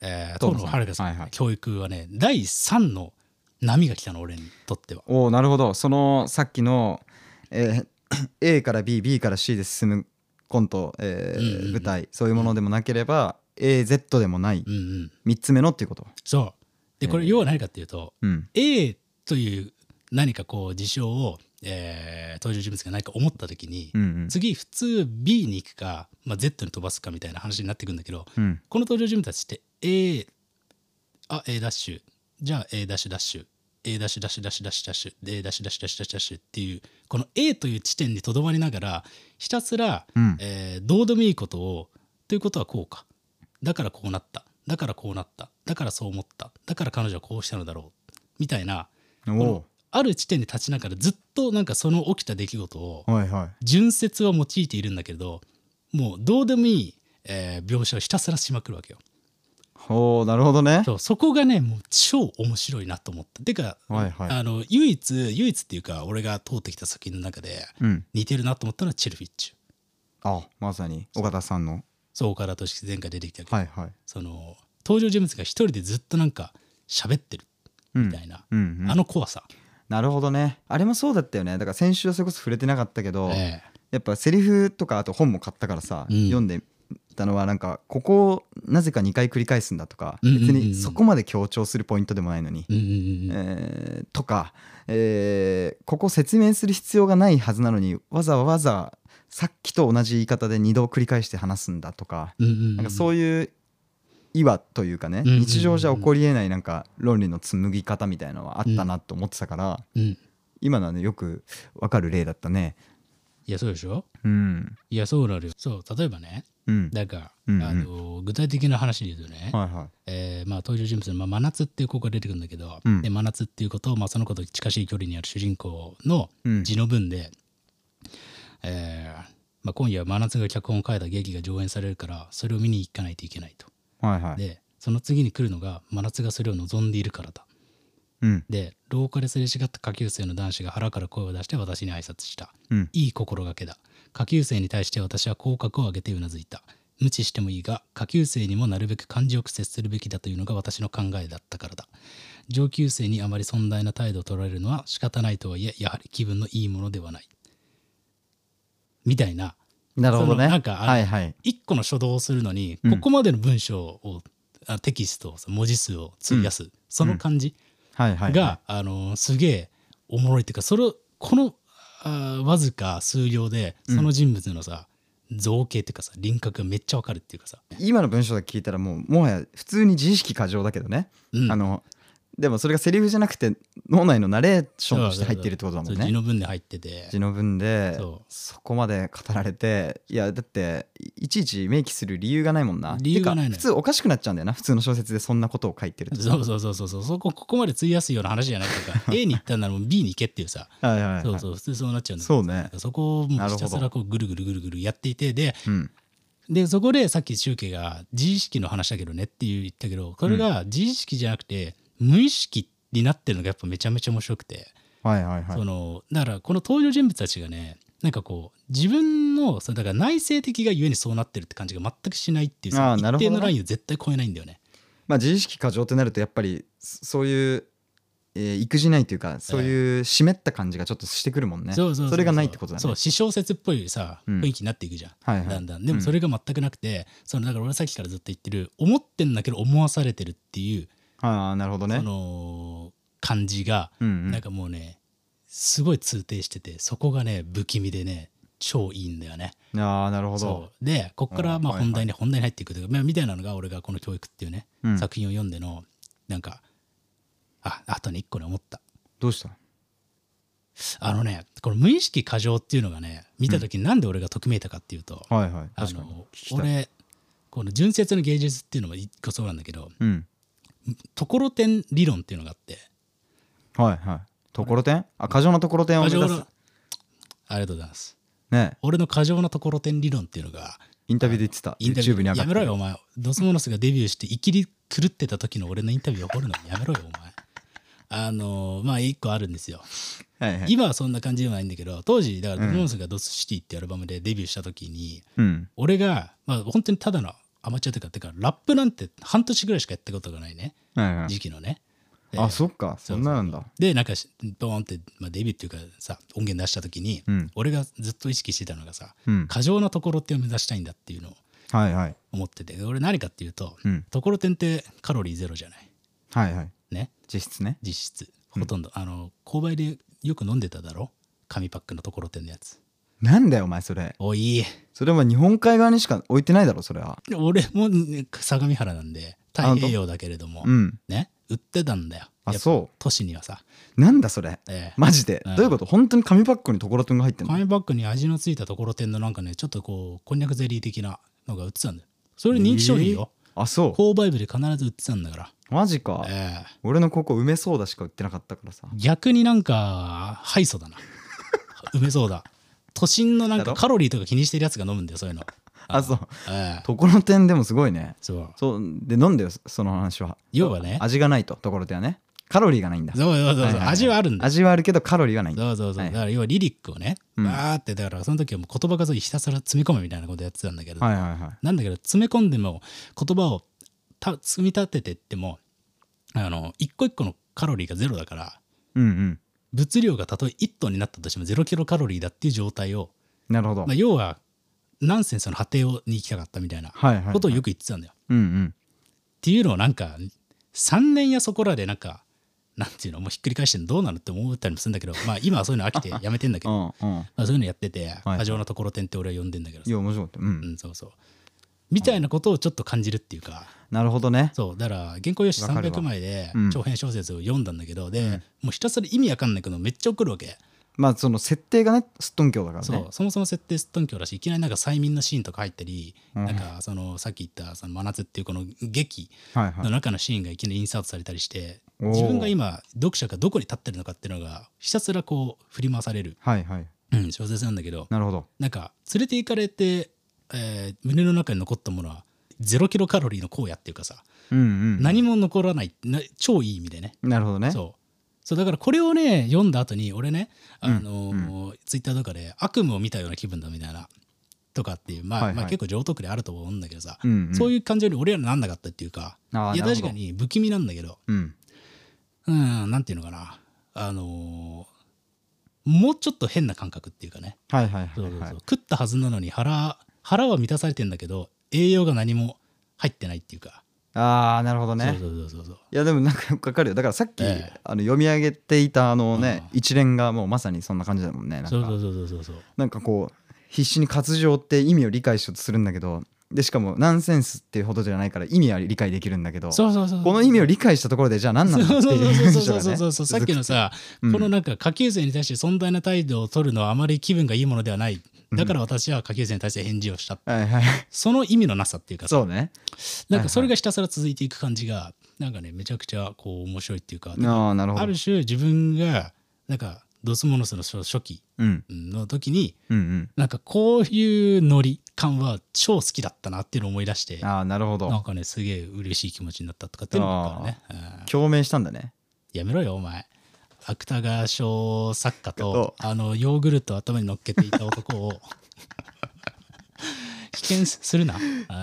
S2: えー、
S3: 遠
S2: 遠
S3: 野さ
S2: 野
S3: ん
S2: 遥さんの
S3: はいはい
S2: 教育はね第3の波が来たの俺にとっては。
S3: おおなるほど。そのさっきの、えー A から B、B から C で進むコント、えー
S2: うんうんうん
S3: 舞台、そういうものでもなければ、AZ でもない
S2: うんうん、
S3: 3つ目のっていうこと。
S2: そうでこれ
S3: えー
S2: 要は何かっていうと、
S3: うん。
S2: A という何かこう事象を、えー登場人物が何か思った時に、
S3: うんうん。
S2: 次普通 B に行くか、まあ、Z に飛ばすかみたいな話になってくるんだけど
S3: うん、
S2: この登場人物たちって A あ A ダッシュじゃあ A ダッシュダッシュ A ダッシュダッシュダッシュダッシュダッシュで A ダッシュダッシュダッシュダッシュっていうこの A という地点にとどまりながらひたすら、
S3: うん
S2: えーどうでもいいことをということはこうかだからこうなっただからこうなっただからそう思っただから彼女はこうしたのだろうみたいな
S3: お
S2: ある地点で立ちながらずっとなんかその起きた出来事を
S3: おはいはい
S2: 純説を用いているんだけれどもうどうでもいい、えー描写をひたすらしまくるわけよ
S3: ほうなるほどね
S2: そうそこがねもう超面白いなと思ったてか、
S3: はいはい
S2: あの唯一唯一っていうか俺が通ってきた作品の中で
S3: うん
S2: 似てるなと思ったのはチェルフィッチュ
S3: あまさに岡田さんの
S2: そう岡田斗司前回出てきたけど、
S3: はいはい
S2: その登場人物が一人でずっとなんか喋ってる
S3: うん
S2: みたいな、
S3: うんうん
S2: あの怖さ、
S3: なるほどねあれもそうだったよねだから先週はそれこそ触れてなかったけど、
S2: え
S3: やっぱセリフとかあと本も買ったからさ、
S2: うん
S3: 読んでたのはなんかここをなぜか2回繰り返すんだとか、
S2: うんうんうんうん
S3: 別にそこまで強調するポイントでもないのに、
S2: えうんうんうん
S3: えーとか、えーここ説明する必要がないはずなのにわざわざさっきと同じ言い方で2度繰り返して話すんだとか、
S2: うんうん
S3: なんか
S2: う
S3: そういう岩というかね、
S2: うんうんうんうん
S3: 日常じゃ起こりえないなんか論理の紡ぎ方みたいなのはあったなと思ってたから、
S2: ん、うん、い
S3: 今のはねよくわかる例だったね。
S2: やそうでしょ
S3: うん、
S2: いやそうなるよそう例えばね
S3: うん、
S2: だから、
S3: うんうん
S2: あの具体的な話で言うとね、
S3: はいはい。
S2: えーまあ、登場人物の、まあ、真夏っていう子が出てくるんだけど、
S3: うん
S2: で真夏っていうことを、まあ、その子と近しい距離にある主人公の
S3: うん
S2: 字の文で、えーまあ、今夜は真夏が脚本を書いた劇が上演されるからそれを見に行かないといけないと
S3: はいはい。
S2: でその次に来るのが真夏がそれを望んでいるからだ
S3: うん。
S2: で廊下ですれ違った下級生の男子が腹から声を出して私に挨拶した
S3: うん。
S2: いい心がけだ下級生に対して私は口角を上げてうなずいた無知してもいいが下級生にもなるべく感じよく接するべきだというのが私の考えだったからだ上級生にあまり尊大な態度を取られるのは仕方ないとはいえやはり気分のいいものではないみたいな
S3: なるほど
S2: そ
S3: ね。
S2: のなんかあの
S3: はいはい。
S2: 一個の初動をするのに、
S3: うん
S2: ここまでの文章をあテキストをさ文字数を費やす、その感じ
S3: はいは
S2: が、
S3: い。、
S2: あのーすげえおもろいっていうかそれをこのあーわずか数行でその人物のさ、造形っていうかさ輪郭がめっちゃわかるっていうかさ、
S3: 今の文章だけ聞いたらもうもはや普通に自意識過剰だけどね。
S2: うん
S3: あのでもそれがセリフじゃなくて脳内のナレーションとして入ってるってことだもん
S2: そう字
S3: ね。
S2: の文で入ってて
S3: 字の文で
S2: そう
S3: そこまで語られていやだっていちいち明記する理由がないもんな。
S2: 理由がないのよ
S3: てか普通おかしくなっちゃうんだよな普通の小説でそんなことを書いてると。
S2: そうそうそうそうそうそこここまで費やすような話じゃないって いうか A に行ったんならもう B に行けっていうさ
S3: はいはいはい。
S2: そうそう普通そうなっちゃうんだけど
S3: そうね。
S2: そこをも
S3: な
S2: う
S3: る
S2: ひ
S3: ほど
S2: たすらこうぐるぐるぐるぐるやっていてで
S3: うん。
S2: でそこでさっき周慶が自意識の話だけどねっていう言ったけどそれが自意識じゃなくて無意識になってるのがやっぱめちゃめちゃ面白くて、
S3: はいはいはい
S2: そ。のだからこの登場人物たちがねなんかこう自分のそうだから内省的がゆえにそうなってるって感じが全くしないっていう
S3: あ
S2: さ
S3: ーなる
S2: 一定
S3: ほどね
S2: のラインを絶対超えないんだよね。
S3: まあ、自意識過剰ってなるとやっぱりそそういう、えー育児ないというかそういう湿った感じがちょっとしてくるもんね、
S2: そうそううう
S3: れがないってことだね
S2: そう私小説っぽいさ
S3: うん
S2: 雰囲気になっていくじゃん、
S3: はいはい
S2: だんだんでもそれが全くなくて、そのだから俺さっきからずっと言ってる思ってんだけど思わされてるっていう
S3: ああなるほどね
S2: その感じが
S3: うんうん
S2: なんかもうねすごい通底しててそこがね不気味でね超いいんだよね。
S3: ああなるほど
S2: そうでここから
S3: うん
S2: まあ
S3: はいはい
S2: 本題に本題に入っていくというかまあみたいなのが俺がこの「教育」っていうね、
S3: うん
S2: 作品を読んでのなんかああとね一個ね思った
S3: どうした
S2: あのねこの無意識過剰っていうのがね見た時になんで俺が匿名たかっていうと、
S3: はいはい
S2: あ
S3: 確かに
S2: の
S3: 聞きたい
S2: 俺この純説の芸術っていうのも一個そうなんだけど
S3: うん
S2: ところてん理論っていうのがあって
S3: はいはいところてんあ過剰なところてんを
S2: 過
S3: 目
S2: 剰
S3: 指
S2: な
S3: す
S2: ありがとうございます
S3: ね
S2: 俺の過剰なところてん理論っていうのが
S3: インタビューで言ってた
S2: インタビュ
S3: YouTube に上
S2: ー
S3: が
S2: や
S3: っ
S2: めろ
S3: てる
S2: よお前ドスモノスがデビューしていきり狂ってた時の俺のインタビューを掘るのやめろよお前あのまあ一個あるんですよ
S3: はいはい
S2: 今はそんな感じではないんだけど当時だからドスモノスが「ドスシティ」ってアルバムでデビューした時に
S3: うん
S2: 俺がまあ本当にただのアマチュアというかてかラップなんて半年ぐらいしかやったことがないね
S3: はいはい
S2: 時期のね
S3: あそっかそんななんだ
S2: でなんかしドーンって、まあ、デビューっていうかさ音源出した時に、
S3: うん
S2: 俺がずっと意識してたのがさ
S3: うん
S2: 過剰なところってを目指したいんだっていうのを
S3: はいはい
S2: 思ってて俺何かっていうと、
S3: うん
S2: ところてんってカロリーゼロじゃない
S3: はいはい
S2: ね
S3: 実質ね
S2: 実質ほとんど、あの購買でよく飲んでただろ紙パックのところてんのやつ
S3: なんだよお前それ
S2: おい
S3: それは日本海側にしか置いてないだろそれは
S2: で俺もね相模原なんで太平洋だけれども、
S3: うん
S2: ね売ってたんだよや
S3: あ
S2: っぱ
S3: そう
S2: 都市にはさ、
S3: なんだそれ
S2: ええ
S3: マジで、
S2: うん
S3: どういうこと本当に紙パックにところてんが入ってんの
S2: 紙パックに味のついたところてんのなんかねちょっとこうこんにゃくゼリー的なのが売ってたんだよそれ人気商品よ、
S3: あそう
S2: 購買部で必ず売ってたんだから。
S3: マジか
S2: え
S3: 俺の高校梅ソーダしか売ってなかったからさ
S2: え逆になんか、敗訴だな。梅そうだ。都心のなん
S3: だ
S2: か
S3: ろ
S2: カロリーとか気にしてるやつが飲むんだよ、そういうの。
S3: あそう
S2: ええ
S3: ところてんでもすごいね
S2: そう。
S3: そうで飲んだよその話は
S2: 要はね、
S3: 味がないとところてんはねカロリーがないんだ
S2: そうそうそうそう、
S3: はいはいはい
S2: 味はあるんだよ。
S3: 味はあるけどカロリーがないんだ
S2: そうそうそう、
S3: はい
S2: だから要はリリックをね、
S3: うん
S2: バーってだからその時はもう言葉数をひたすら詰め込むみたいなことやってたんだけど、
S3: はいはいはい
S2: なんだけど詰め込んでも言葉をた積み立ててってもあの一個一個のカロリーがゼロだから
S3: うんうん
S2: 物量がたとえ1トンになったとしてもゼロキロカロリーだっていう状態を、
S3: なるほど
S2: まあ、要はナンセンスの果てをに行きたかったみたいな
S3: はいはい
S2: ことをよく言ってたんだよ。
S3: うんうん
S2: っていうのをなんか3年やそこらでなんかなんていうのもうひっくり返してどうなるって思ったりもするんだけどまあ今はそういうの飽きてやめてんだけ
S3: う
S2: ど
S3: んうん
S2: まあそういうのやってて
S3: はい
S2: 過剰なところてんって俺は呼んでんだけど
S3: い
S2: さ
S3: や面白かったう
S2: うんんそうそうみたいなことをちょっと感じるっていうか
S3: なるほどね
S2: そうだから原稿用紙
S3: わかるわ
S2: 300枚で
S3: うん
S2: 長編小説を読んだんだけどで
S3: うん
S2: もうひたすら意味わかんないけどめっちゃ怒るわけ
S3: まあその設定がねすっとんきょうだからね
S2: そうそもそも設定すっとんきょうだしいきなりなんか催眠のシーンとか入ったり
S3: うん
S2: なんかそのさっき言ったその真夏っていうこの劇
S3: はいは
S2: の
S3: い
S2: 中のシーンがいきなりインサートされたりして
S3: おー
S2: 自分が今読者がどこに立ってるのかっていうのがひたすらこう振り回される、
S3: はいはい
S2: うん、小説なんだけど
S3: なるほど
S2: なんか連れて行かれて、えー胸の中に残ったものはゼロキロカロリーの荒野っていうかさ、
S3: うんうん
S2: 何も残らないな超いい意味でね
S3: なるほどね
S2: そうそうだからこれをね読んだ後に俺ね、あのーツイッターとかで悪夢を見たような気分だみたいなとかっていう、まあ
S3: はいはい
S2: まあ、結構上等句であると思うんだけどさ、
S3: うんうん
S2: そういう感情に俺らなんなかったっていうか
S3: あー
S2: いや
S3: なる
S2: 確
S3: ほど
S2: かに不気味なんだけど
S3: うん
S2: うんなんていうのかなあのーもうちょっと変な感覚っていうかね
S3: はいはいは
S2: そう
S3: い
S2: そうそう、
S3: はい
S2: 食ったはずなのに腹腹は満たされてんだけど栄養が何も入ってないっていうか、
S3: ああなるほどね
S2: そうそうそうそう
S3: いやでもなんかよくわかるよだからさっき、
S2: ええ
S3: あの読み上げていたあのね、一連がもうまさにそんな感じだもんねなんか
S2: そうそうそうそうそうそう
S3: なんかこう必死に活情って意味を理解しようとするんだけどでしかもナンセンスっていうほどじゃないから意味は理解できるんだけど
S2: そうそうそう
S3: この意味を理解したところでじゃあ何な
S2: そ
S3: のか
S2: う
S3: って
S2: そう
S3: い
S2: そう
S3: う人
S2: そ
S3: が
S2: うそう
S3: ね
S2: そうそうさっきのさ、
S3: うん
S2: このなんか下級生に対して存在な態度を取るのはあまり気分がいいものではないだから私は下級生に対して返事をした、
S3: はいはい
S2: その意味のなさっていうかさ
S3: そうね
S2: なんかそれがひたすら続いていく感じがなんかねめちゃくちゃこう面白いっていうか
S3: ああなるほど
S2: ある種自分がなんかドスモノスの初初期
S3: うん
S2: の時に
S3: うん
S2: なんかこういうノリ感は超好きだったなっていうのを思い出して
S3: うんああなるほ
S2: なん
S3: ど
S2: かねすげえ嬉しい気持ちになったとかっていうのがあったからね。うん
S3: 共鳴したんだね
S2: やめろよお前芥川賞作家と
S3: と
S2: あのヨーグルトを頭に乗っけていた男 を危険するな。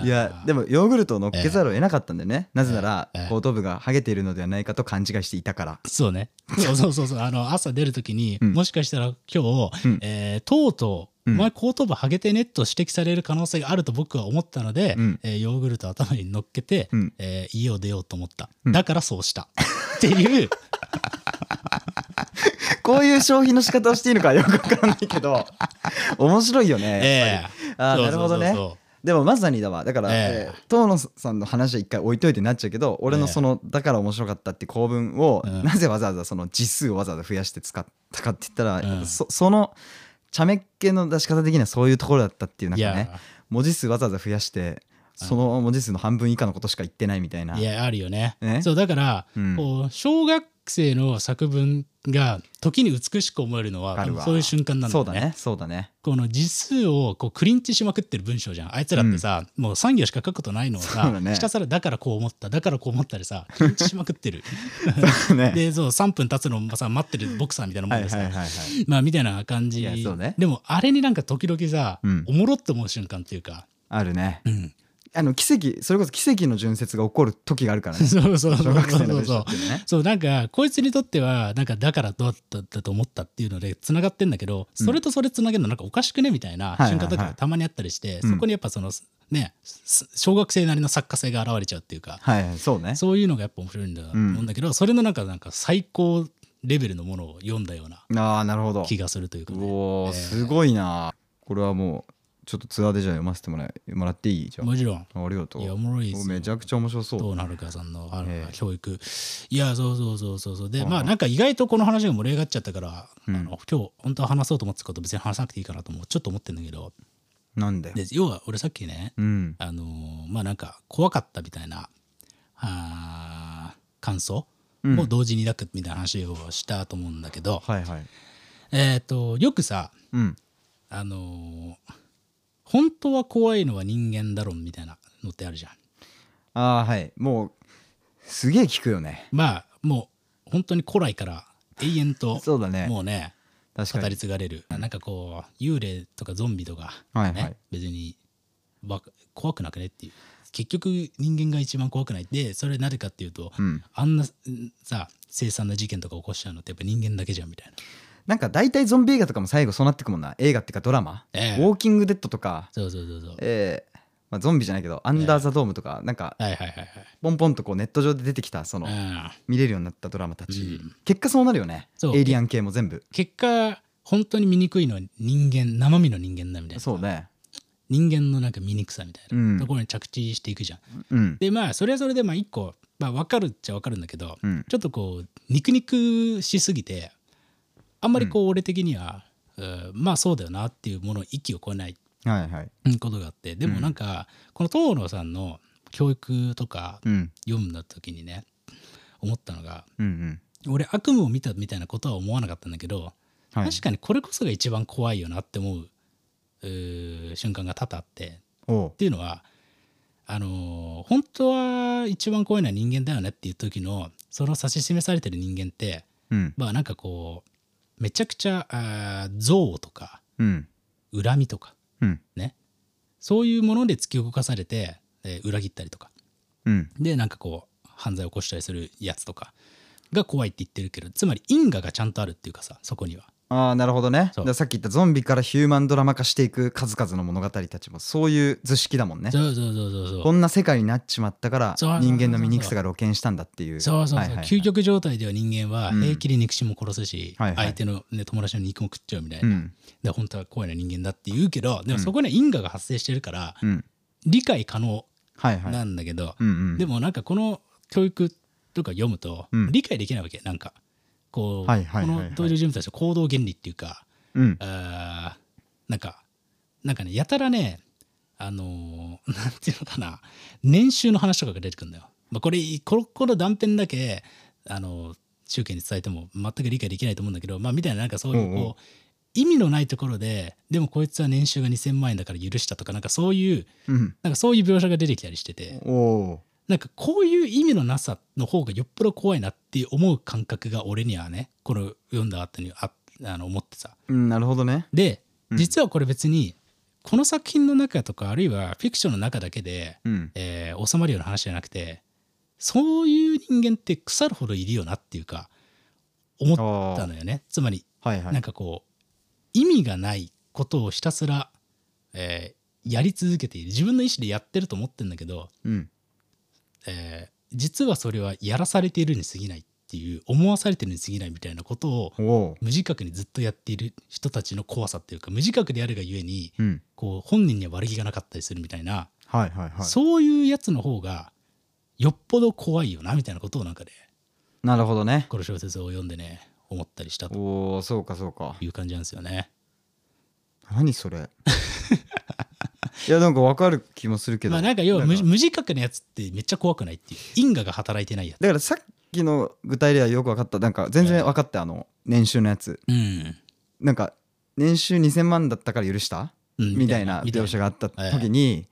S3: いやで
S2: も
S3: もヨーグルトを乗っけざるを得なかったんだよね、なぜなら
S2: ええ
S3: 後頭部がハゲているのではないかと勘違いしていたから
S2: そうねそうそうそうそうあの朝出る時に、
S3: うん
S2: もしかしたら今日、
S3: うん
S2: えーとうとう、
S3: うん
S2: お前後頭部ハゲてねと指摘される可能性があると僕は思ったので、
S3: うん
S2: えーヨーグルトを頭に乗っけて、
S3: うん
S2: えー家を出ようと思った、
S3: うん
S2: だからそうしたって いう
S3: こういう消費の仕方をしていいのかよくわからないけど面白いよねやっぱり
S2: ええ
S3: あー
S2: そう
S3: なるほどね
S2: そうそうそう
S3: でもまさにだわだから、
S2: ええ
S3: えー遠野さんの話は一回置いといてになっちゃうけど俺のその、だから面白かったって構文を、
S2: うん
S3: なぜわざわざその字数をわざわざ増やして使ったかって言ったら、
S2: うん
S3: やっぱそその茶目っ気の出し方的にはそういうところだったっていうなん
S2: い
S3: かね
S2: や
S3: 文字数わざわざ増やしてその文字数の半分以下のことしか言ってないみたいない
S2: やあるよね
S3: ね
S2: そうだから、
S3: うん
S2: こう小学生の作文が時に美しく思えるのは
S3: わかるわ
S2: そういう瞬間なんだ
S3: そ
S2: よ
S3: う
S2: ね
S3: だねそうだね
S2: この字数をこうクリンチしまくってる文章じゃんあいつらってさ、もう3行しか書くことないのを
S3: そ
S2: さ、
S3: うだね
S2: ひたすらだからこう思っただからこう思ったで さクリンチしまくってる
S3: ね
S2: でそう3分経つのをさ待ってるボクサーみたいなも
S3: は
S2: ん
S3: い
S2: で
S3: はい
S2: さ、
S3: はいはい
S2: まあみたいな感
S3: い
S2: じ、
S3: やそうね
S2: でもあれになんか時々さ、
S3: うん
S2: おもろって思う瞬間っていうか、
S3: あるね
S2: うん、
S3: あの奇跡それこそ奇跡の潤説が起こる時があるから ね
S2: そうそうそ
S3: 小
S2: う
S3: 学生の
S2: そう
S3: 文
S2: そ
S3: 章
S2: う
S3: っていうのね
S2: そうなんかこいつにとってはなんかだからどうだったと思ったっていうのでつながってんだけど
S3: うん
S2: それとそれつなげるのなんかおかしくねみたいない
S3: はいはい
S2: 瞬間とかがたまにあったりして
S3: うん
S2: そこにやっぱそのねす小学生なりの作家性が現れちゃうっていうか
S3: はいはいそうね
S2: そういうのがやっぱ面白いんだと思うんだけどそれのなんかなんか最高レベルのものを読んだような
S3: ああなるほど
S2: 気がするというか
S3: う
S2: ね
S3: おー、
S2: えー
S3: すごいなこれはもうちょっとツアーでじゃあ読ませてもらえもらっていいじゃ
S2: もちろん
S3: あありがとう
S2: いやおもろいですよ
S3: めちゃくちゃ面白そう
S2: 遠野遥さんのあの
S3: ええ
S2: 教育、いやそうそうそうそうそうで
S3: うん
S2: まあなんか意外とこの話が盛り上がっちゃったから、
S3: うん
S2: あの今日本当は話そうと思ってたこと別に話さなくていいかなともちょっと思ってんだけど
S3: なんだよ
S2: で要は俺さっきね
S3: うん
S2: あのーまあなんか怖かったみたいなあー感想
S3: うん
S2: も同時に抱くみたいな話をしたと思うんだけど、
S3: はいはい
S2: えっ、とよくさ
S3: うん
S2: あのー本当は怖いのは人間だろみたいなのってあるじゃん
S3: ああはいもうすげえ聞くよね
S2: まあもう本当に古来から永遠と
S3: そうだね
S2: もうね
S3: 確
S2: 語
S3: か
S2: り
S3: に
S2: 継がれるなんかこう幽霊とかゾンビとか、ね
S3: はいはい
S2: 別にわ怖くなくねっていう結局人間が一番怖くないでそれなぜかっていうと、
S3: うん
S2: あんなうんさ凄惨な事件とか起こしちゃうのってやっぱ人間だけじゃんみたいな
S3: なんか大体ゾンビ映画とかも最後そうなってくもんな映画っていうかドラマ、
S2: ええ
S3: ウォーキングデッドとか
S2: そうそうそうそう
S3: ええまあ、ゾンビじゃないけどアンダーザドームとか、なんか
S2: はいはいはい
S3: ポンポンとこうネット上で出てきたその、
S2: はい、うん、
S3: 見れるようになったドラマたち、
S2: うん
S3: 結果そうなるよね
S2: そう
S3: エイリアン系も全部
S2: 結果本当に醜いのは人間生身の人間だみたいな
S3: そうね
S2: 人間のなんか醜さみたい
S3: うん
S2: なところに着地していくじゃん、
S3: うん
S2: でまあそれはそれでまあ一個、まあ、分かるっちゃ分かるんだけど、
S3: うん
S2: ちょっとこう肉肉しすぎてあんまりこう俺的には、うんまあそうだよなっていうものを息を超えない
S3: はいはい
S2: うんことがあってでもなんか、この東野さんの教育とか
S3: うん
S2: 読んだ時にね思ったのが
S3: うんうん
S2: 俺悪夢を見たみたいなことは思わなかったんだけど、
S3: はい
S2: 確かにこれこそが一番怖いよなって思ううー瞬間が多々あって
S3: おう
S2: っていうのはあのー本当は一番怖いのは人間だよねっていう時のその指し示されてる人間って
S3: うん
S2: まあなんかこうめちゃくちゃあー憎悪とか
S3: うん
S2: 恨みとか
S3: うん
S2: ねそういうもので突き動かされて、えー裏切ったりとか
S3: うん
S2: でなんかこう犯罪を起こしたりするやつとかが怖いって言ってるけどつまり因果がちゃんとあるっていうかさそこには
S3: ああなるほどねだ
S2: そう
S3: からさっき言ったゾンビからヒューマンドラマ化していく数々の物語たちもそういう図式だもんね
S2: そうそうそうそうそう
S3: こんな世界になっちまったから
S2: そうそうそうそ
S3: 人
S2: う
S3: 間の醜さが露見したんだっていう
S2: そうそうそう、
S3: はいはいはい
S2: 究極状態では人間は
S3: うん
S2: 平気で憎しも殺すし、
S3: はいはい
S2: 相手の、ね、友達の肉も食っちゃうみたいうな、
S3: ん
S2: で本当は怖いな人間だって言うけどでも
S3: うん
S2: そこには因果が発生してるから、
S3: うん
S2: 理解可能
S3: はいはい
S2: なんだけど、
S3: うんうん
S2: でもなんかこの教育とか読むと
S3: うん
S2: 理解できないわけ、なんかこう、
S3: はいはいはいはい
S2: この登場人物たちの行動原理っていうか
S3: うん
S2: あーなんかなんかねやたらねあのー なんていうのかな年収の話とかが出てくるんだよ、まあ、これこのこの断片だけあのー中継に伝えても全く理解できないと思うんだけどまあみたいななんかそういうこう
S3: おうおう
S2: 意味のないところででもこいつは年収が2,000万円だから許したとかなんかそういう
S3: うん
S2: なんかそういう描写が出てきたりしてて
S3: おお
S2: なんかこういう意味のなさの方がよっぽど怖いなって思う感覚が俺にはねこの読んだ後にああの思ってさ
S3: ーうんなるほどね
S2: で
S3: うん
S2: 実はこれ別にこの作品の中とかあるいはフィクションの中だけで、
S3: うん
S2: えー収まるような話じゃなくてそういう人間って腐るほどいるよなっていうか思ったのよねつまり
S3: はいは
S2: なん
S3: い
S2: かこう意味がないことをひたすら、えーやり続けている自分の意思でやってると思ってるんだけど、
S3: うん
S2: えー実はそれはやらされているに過ぎないっていう思わされてるに過ぎないみたいなことを
S3: おお
S2: 無自覚にずっとやっている人たちの怖さっていうか無自覚であるがゆえに
S3: うん
S2: こう本人には悪気がなかったりするみたいな、
S3: はいはいはい
S2: そういうやつの方がよっぽど怖いよなみたいなことをなんかで、
S3: なるほどね
S2: この小説を読んでね思ったりしたと
S3: おおそうかそうか
S2: いう感じなんですよね。
S3: 何それ いやなんかわかる気もするけど、
S2: まあなんか要は無
S3: なんか
S2: 無自覚なやつってめっちゃ怖くないっていう因果が働いてないやつ。
S3: だからさっきの具体例はよく分かったなんか全然分かったあの年収のやつ
S2: うん
S3: なんか年収2000万だったから許した
S2: うん
S3: みたいな描写
S2: が
S3: があった時に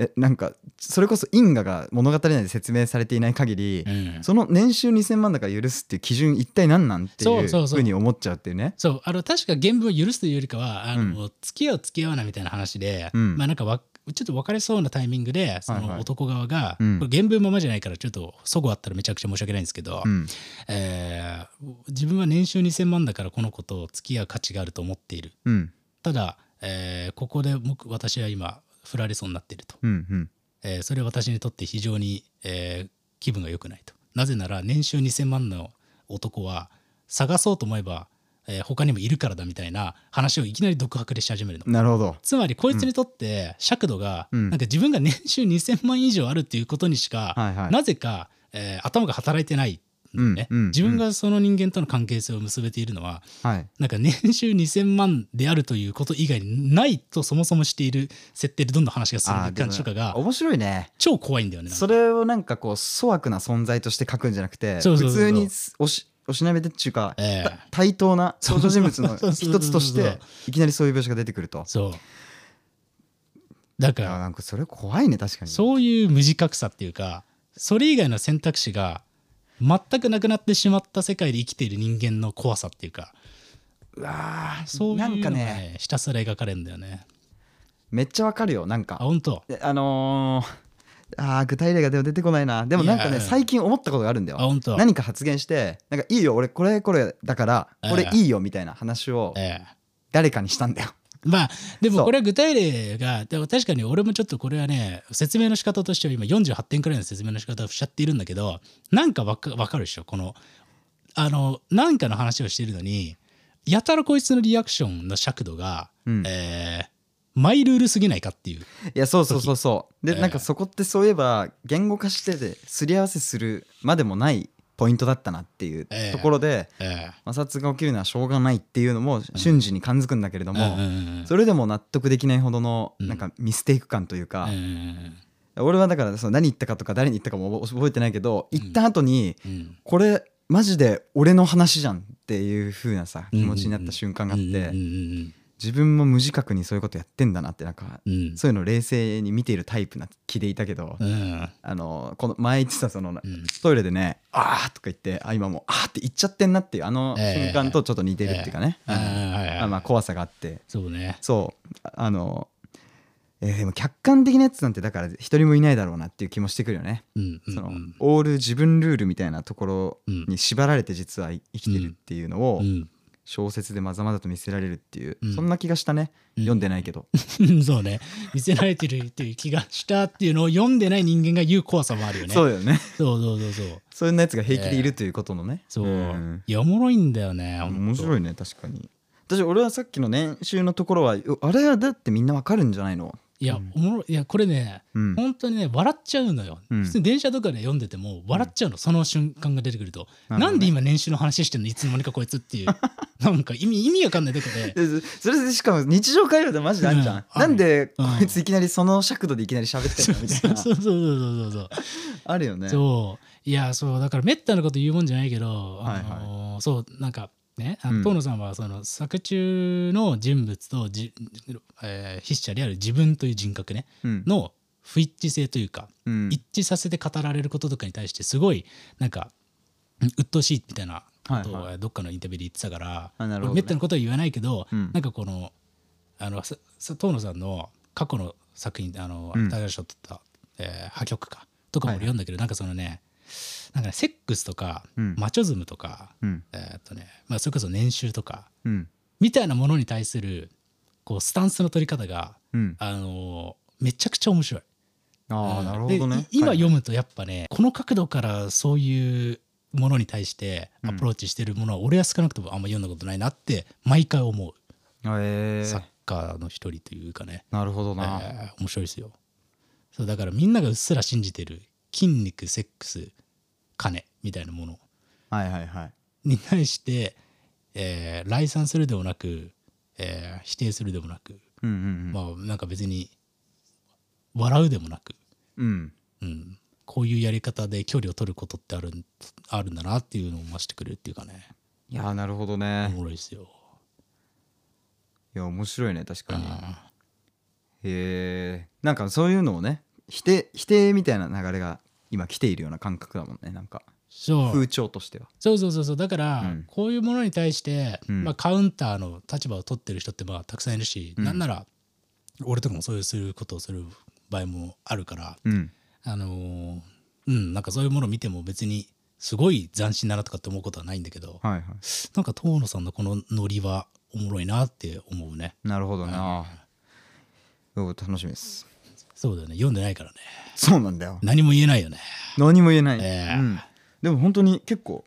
S3: えなんかそれこそ因果が物語内で説明されていない限り
S2: うん
S3: その年収2000万だから許すっていう基準一体何なんって
S2: そ
S3: いう
S2: そう
S3: う
S2: そ
S3: ふ
S2: う
S3: うに思っちゃうっていうね
S2: そうあの確か原文を許すというよりかはあの、付き合う付き合わないみたいな話で、
S3: うん
S2: まあなんかわちょっと別れそうなタイミングでそ
S3: はいは
S2: の
S3: い
S2: 男側が、
S3: うん
S2: これ原文ままじゃないからちょっとそごあったらめちゃくちゃ申し訳ないんですけど、
S3: うん
S2: えー自分は年収2,000万だからこの子と付き合う価値があると思っている
S3: うん
S2: ただ、えーここで僕私は今振られそうになっていると、
S3: うんうん
S2: えーそれは私にとって非常に、えー気分が良くないとなぜなら年収2,000万の男は探そうと思えば、えー他にもいるからだみたいな話をいきなり独白でし始めるの
S3: なるほど
S2: つまりこいつにとって尺度が、
S3: うん
S2: なんか自分が年収2,000万以上あるっていうことにしか、
S3: はいはい
S2: なぜか、えー頭が働いてない
S3: うん
S2: ね、
S3: うん
S2: 自分がその人間との関係性を結べているのは
S3: はい
S2: なんか年収2000万であるということ以外にないとそもそもしている設定でどんどん話が進んで
S3: あー
S2: いく
S3: でも
S2: 感じとかが
S3: 面白いね
S2: 超怖いんだよねなんか
S3: それをなんかこう粗悪な存在として書くんじゃなくて
S2: そう
S3: 普
S2: そうそうそう
S3: 通にすおしおしなべてっていうか、
S2: ええ
S3: た対等な登場人物の
S2: そうそうそうそう
S3: 一つとしていきなりそういう描写が出てくると
S2: そうだ
S3: い
S2: か
S3: や
S2: ら
S3: なんかそれ怖いね確かに
S2: そういう無自覚さっていうかそれ以外の選択肢が全くなくなってしまった世界で生きている人間の怖さっていうか
S3: うわー
S2: そういうの
S3: な
S2: が、ね、
S3: んかね
S2: ひたすら描かれるんだよね
S3: めっちゃわかるよなん
S2: あ
S3: か
S2: 本当
S3: であのー、あー具体例がでも出てこないなでもなんか
S2: いや
S3: ね
S2: うん
S3: 最近思ったことがあるんだ
S2: あ
S3: よ
S2: 本当
S3: 何か発言してなんかいいよ俺これこれだから
S2: うん
S3: これいいよみたいな話を
S2: ええ
S3: 誰かにしたんだよ
S2: まあで
S3: そ
S2: も
S3: う
S2: これは具体例がでも確かに俺もちょっとこれはね説明の仕方としては今48点くらいの説明の仕方をしちゃっているんだけどなんかわかわかるでしょこのあのなんかの話をしているのにやたらこいつのリアクションの尺度が、
S3: うん
S2: えーマイルールすぎないかっていう
S3: いやそうそうそうそうで
S2: ええ
S3: なんかそこってそういえば言語化してですり合わせするまでもないポイントだったなっていう
S2: ええ
S3: ところで
S2: え
S3: 摩擦が起きるのはしょうがないっていうのも瞬時に感づくんだけれど
S2: ー
S3: も
S2: うんうんうん
S3: それでも納得できないほどの
S2: うん
S3: なんかミステイク感というか
S2: うんうん
S3: 俺はだからその何言ったかとか誰に言ったかも覚覚えてないけど
S2: ん
S3: 言った後に
S2: うんうん
S3: これマジで俺の話じゃんっていう風なさ
S2: うん
S3: 気持ちになった瞬間があっ
S2: うんう
S3: て
S2: ん
S3: 自分も無自覚にそういうことやってんだなってなんか
S2: うんうん
S3: そういうの冷静に見ているタイプな気でいたけど
S2: うん
S3: あのこの前言ってたその
S2: うん
S3: トイレでね「あー」とか言ってあ今もう「あー」って言っちゃってんなっていうあの
S2: ええ
S3: 瞬間とちょっと似てるっていうかね
S2: あーはいはい
S3: あまあ怖さがあって
S2: そうね
S3: そうああのえーでも客観的なやつなんてだから一人もいないだろうなっていう気もしてくるよね。
S2: うんうん
S3: その
S2: うん
S3: オール自分ルールみたいなところ
S2: うん
S3: に縛られて実は生きてるっていうの
S2: う
S3: を
S2: ん
S3: 小説でまざまざと見せられるっていう
S2: うん
S3: そんな気がしたね
S2: うん
S3: 読んでないけど
S2: うんそう ね見せられてるっていう気がしたっていうのを読んでない人間が言う怖さもあるよね。そう
S3: そうよね
S2: そうそうそう
S3: そんなやつが平気でいるということのね
S2: そう、
S3: ん
S2: いやおもろいんだよねほんと
S3: 面白いね確かに私俺はさっきの年収のところはうあれはだってみんなわかるんじゃないの
S2: いやおもろいいやこれね、
S3: うん
S2: 本当にね笑っちゃうのよ、
S3: うん
S2: 普通に電車とかで読んでても笑っちゃうの、その瞬間が出てくるとな,、
S3: なるほどね
S2: んで今年収の話してんのいつの間にかこいつ っていうなんか意味意味わかんないとこで
S3: でそそれでしかも日常会話でマジであんじゃん、
S2: うん
S3: なんでこ
S2: うん
S3: いついきなりその尺度でいきなり喋って
S2: そ
S3: る
S2: う
S3: のみた
S2: そ
S3: いうな
S2: そうそうそうそう
S3: あるよね
S2: そういやそうだからめったなこと言うもんじゃないけど、
S3: はいはい
S2: あのーそうなんかねあ
S3: うん
S2: の遠野さんはその作中の人物とじ、えー筆者である自分という人格ね
S3: うん
S2: の不一致性というか、
S3: うん
S2: 一致させて語られることとかに対してすごいなんかうん鬱陶しいみたいなこと
S3: はい
S2: をどっかのインタビューで言ってたから、
S3: あなるほ
S2: 俺
S3: どね
S2: めったなことは言わないけど、
S3: うん
S2: なんかこのあのささ遠野さんの過去の作品あの
S3: うん
S2: 大河賞取った「えー破局か」とかも俺読んだけど、なんかそのねなんかねセックスとか、
S3: うん
S2: マチョズムとか、
S3: うん
S2: えーっとねまあ、それこそ年収とか
S3: うん
S2: みたいなものに対するこうスタンスの取り方が、
S3: うん
S2: あのーめちゃくちゃ面白い。
S3: あ
S2: う
S3: あ
S2: ん
S3: なるほど
S2: で
S3: ね
S2: い今
S3: はい
S2: 読むとやっぱね、この角度からそういうものに対してアプローチしてるものは、俺は少なくともあんま読んだことないなって毎回思う、
S3: へ
S2: サッ
S3: え
S2: カーの一人というかね、
S3: なるほどな、
S2: えー面白いですよそうだからみんながうっすら信じてる筋肉セックス金みたいなもの
S3: はいはいはい
S2: に対して、えー、来賛するでもなく、えー否定するでもなく、
S3: うんうん
S2: まあなんか別に笑うでもなく
S3: うんうん
S2: うん、こういうやり方で距離を取ることってあるんあるんだなっていうのを増してくれるっていうかね
S3: いやーなるほど
S2: お
S3: ね
S2: もろいですよ。
S3: いや面白いね確かに
S2: あ
S3: へえなんかそういうのをね否定否定みたいな流れが今来ているような感覚だもんねなんか
S2: そう
S3: 風潮としては
S2: そうそうそうそうだから、
S3: うん
S2: こういうものに対して、
S3: うん
S2: まあ、カウンターの立場を取ってる人ってまあたくさんいるし、
S3: うん
S2: なんなら俺とかもそういうすることをする場合もあるから、
S3: うん
S2: あのーうんなんかそういうものを見ても別にすごい斬新だなとかって思うことはないんだけど
S3: はいはい
S2: なんか遠野さんのこのノリはおもろいなって思うね
S3: なるほどなお楽しみです
S2: そうだよね読んでないからね
S3: そうなんだよ
S2: 何も言えないよね
S3: 何も言えない、
S2: ええ
S3: うん、でも本当に結構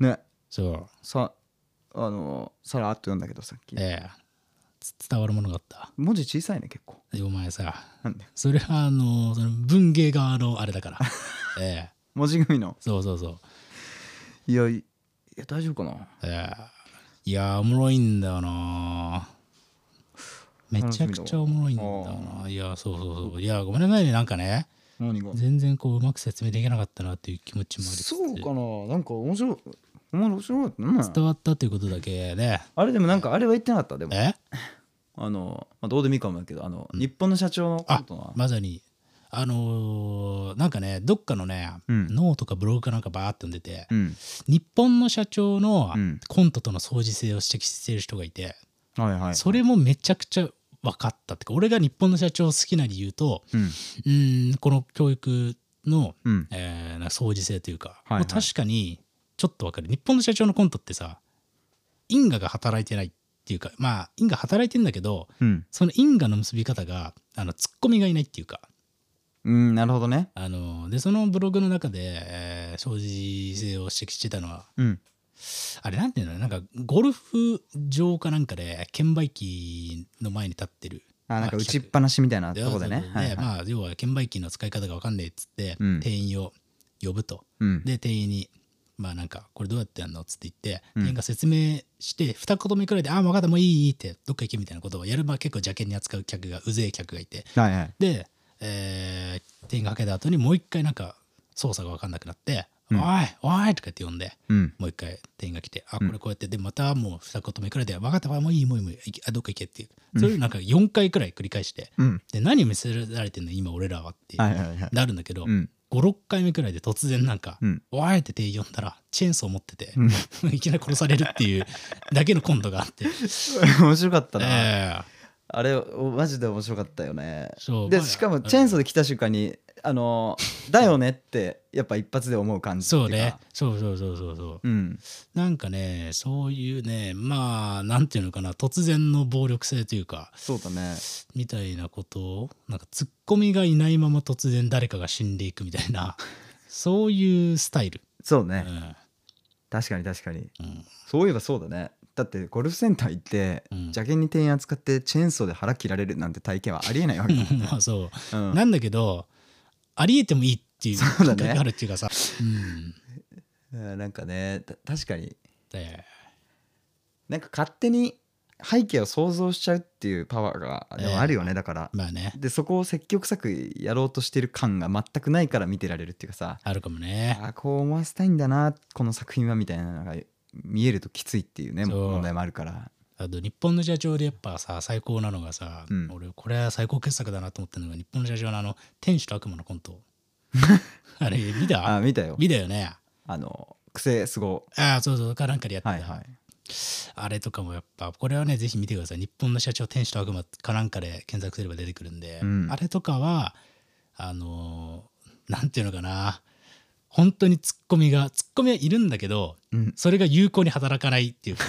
S3: ね
S2: そう
S3: さあのさらっと読んだけどさっき
S2: ええつ伝わるものがあった
S3: 文字小さいね結構
S2: お前さ
S3: なんで
S2: それ はあのその文芸側のあれだからええ
S3: 文字組の
S2: そうそうそう
S3: いやいいや大丈夫かない
S2: やーいやーおもろいんだよなめちゃくちゃおもろいんだよないやーそうそうそういやーごめんなさいねなんかね
S3: 何が
S2: 全然こううまく説明できなかったなっていう気持ちもありつつ
S3: そうかななんか面白いお前面白かったな
S2: 伝わったということだけね
S3: あれでもなんかあれは言ってなかったでも
S2: え
S3: あの、まあ、どうでもいいかもだけどあの、日本の社長のこ
S2: あ
S3: とな
S2: まさにあのーなんかねどっかのね、
S3: うん
S2: ノートかブログかなんかバーって読んでて、
S3: うん
S2: 日本の社長の
S3: うん
S2: コントとの相似性を指摘してる人がいて、
S3: はいはい
S2: それもめちゃくちゃ分かったってか俺が日本の社長を好きな理由と
S3: うん
S2: うーんこの教育の、
S3: うん
S2: えーな相似性というか、
S3: いはい
S2: もう確かにちょっと分かる日本の社長のコントってさ因果が働いてないっていうかまあ因果働いてんだけど
S3: うん、
S2: その因果の結び方があのツッコミがいないっていうか
S3: うん、なるほどね
S2: あのでそのブログの中で、えー、生じ性を指摘してたのは
S3: うん
S2: あれなんていうのなんかゴルフ場かなんかで券売機の前に立ってる
S3: あなんか
S2: まあ
S3: 打ちっぱなしみたいなとこでね
S2: で
S3: はいはい
S2: まあ要は券売機の使い方が分かんねえっつって、
S3: うん
S2: 店員を呼ぶと
S3: うん
S2: で店員に「まあなんかこれどうやってやるの?」っつって言って、
S3: うん
S2: 店員が説明して二言目くらいで「ああ分かったもういいいい」ってどっか行けみたいなことをやるまあ結構邪険に扱う客がうぜえ客がいて
S3: はいはい
S2: で、えー店員がかけた後にもう一回なんか操作が分かんなくなって「
S3: うん
S2: おいおい!」とかって呼んで
S3: うん
S2: もう一回店員が来て「あこ
S3: うん
S2: れこうやって」でまたもう二言目くらいで「分かったもういいもういいもういい行けあどっか行け」っていうそれをなんか4回くらい繰り返して
S3: うん
S2: で何を見せられてんの今俺らはって
S3: はいはいはい
S2: なるんだけど、
S3: うん
S2: 56回目くらいで突然なんか
S3: うん
S2: 「おい!」って店員呼んだらチェーンソー持ってて
S3: うん
S2: いきなり殺されるっていうだけのコントがあって
S3: 面白かったな、
S2: え
S3: あれおマジで面白かったよね
S2: えそう
S3: で
S2: まあ
S3: しかもチェーンソーで来た瞬間に「あのだよね」ってやっぱ一発で思う感じってい
S2: そう
S3: か
S2: ねそうそうそうそうそう
S3: うん
S2: なんかねそういうねまあなんていうのかな突然の暴力性というか
S3: そうだね
S2: みたいなことをなんかツッコミがいないまま突然誰かが死んでいくみたいな そういうスタイル、
S3: そう
S2: う
S3: ね、
S2: ん
S3: 確かに確かに
S2: うん
S3: そういえばそうだねだってゴルフセンター行って、
S2: うん
S3: 邪険に店員扱ってチェーンソーで腹切られるなんて体験はありえないわけだ、
S2: うんまあそう
S3: うん、
S2: なんだけどありえてもいいっていう
S3: そうだ
S2: 感
S3: ね
S2: 覚があるっていうかさうん
S3: うんなんかねた確かに
S2: で
S3: なんか勝手に背景を想像しちゃうっていうパワーがでもあるよね、だから
S2: まあね
S3: でそこを積極臭くやろうとしてる感が全くないから見てられるっていうかさ
S2: あるかもね
S3: あーこう思わせたいんだなこの作品はみたいなのが見えるときついっていうね
S2: そう
S3: 問題もあるから
S2: あと日本の社長でやっぱさ最高なのがさ、
S3: うん
S2: 俺これは最高傑作だなと思ってるのが日本の社長のあの天使と悪魔のコン トあれ見
S3: あ
S2: た
S3: ー見たよ
S2: 見たよね
S3: あの癖すご
S2: ああそうそうかなんかでやってた、
S3: はいはい
S2: あれとかもやっぱこれはねぜひ見てください日本の社長天使と悪魔かなんかで検索すれば出てくるんで、
S3: うん
S2: あれとかはあのーなんていうのかな本当にツッコミがツッコミはいるんだけど
S3: うん
S2: それが有効に働かないっていうか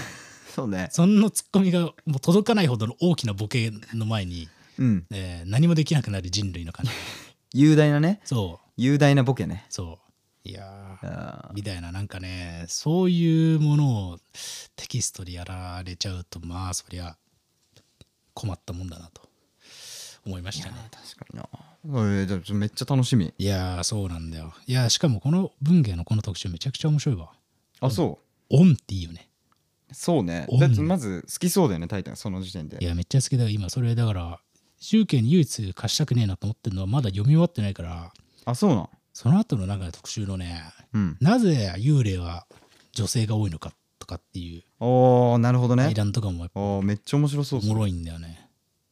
S3: そうね
S2: そんなツッコミがもう届かないほどの大きなボケの前に、
S3: うん
S2: えー何もできなくなる人類の感じ
S3: 雄大なね
S2: そう
S3: 雄大なボケね
S2: そういやー
S3: あー
S2: みたいななんかねそういうものをテキストでやられちゃうとまあそりゃ困ったもんだなと思いましたね
S3: 確かになえーじゃあちょめっちゃ楽しみ
S2: いやーそうなんだよいやーしかもこの文芸のこの特集めちゃくちゃ面白いわ
S3: あそ
S2: オンっていいよね
S3: うそうね
S2: おん
S3: だってまず好きそうだよねタイタンその時点で
S2: いやめっちゃ好きだよ今それだから集計に唯一貸したくねえなと思ってるのはまだ読み終わってないから
S3: あそうなん
S2: その後のなんか特集のね
S3: うん
S2: なぜ幽霊は女性が多いのかとかっていう
S3: おーなるほどね
S2: 対談とかもやっぱ
S3: おーめっちゃ面白そう
S2: お
S3: そ
S2: も
S3: れ
S2: ろいんだよね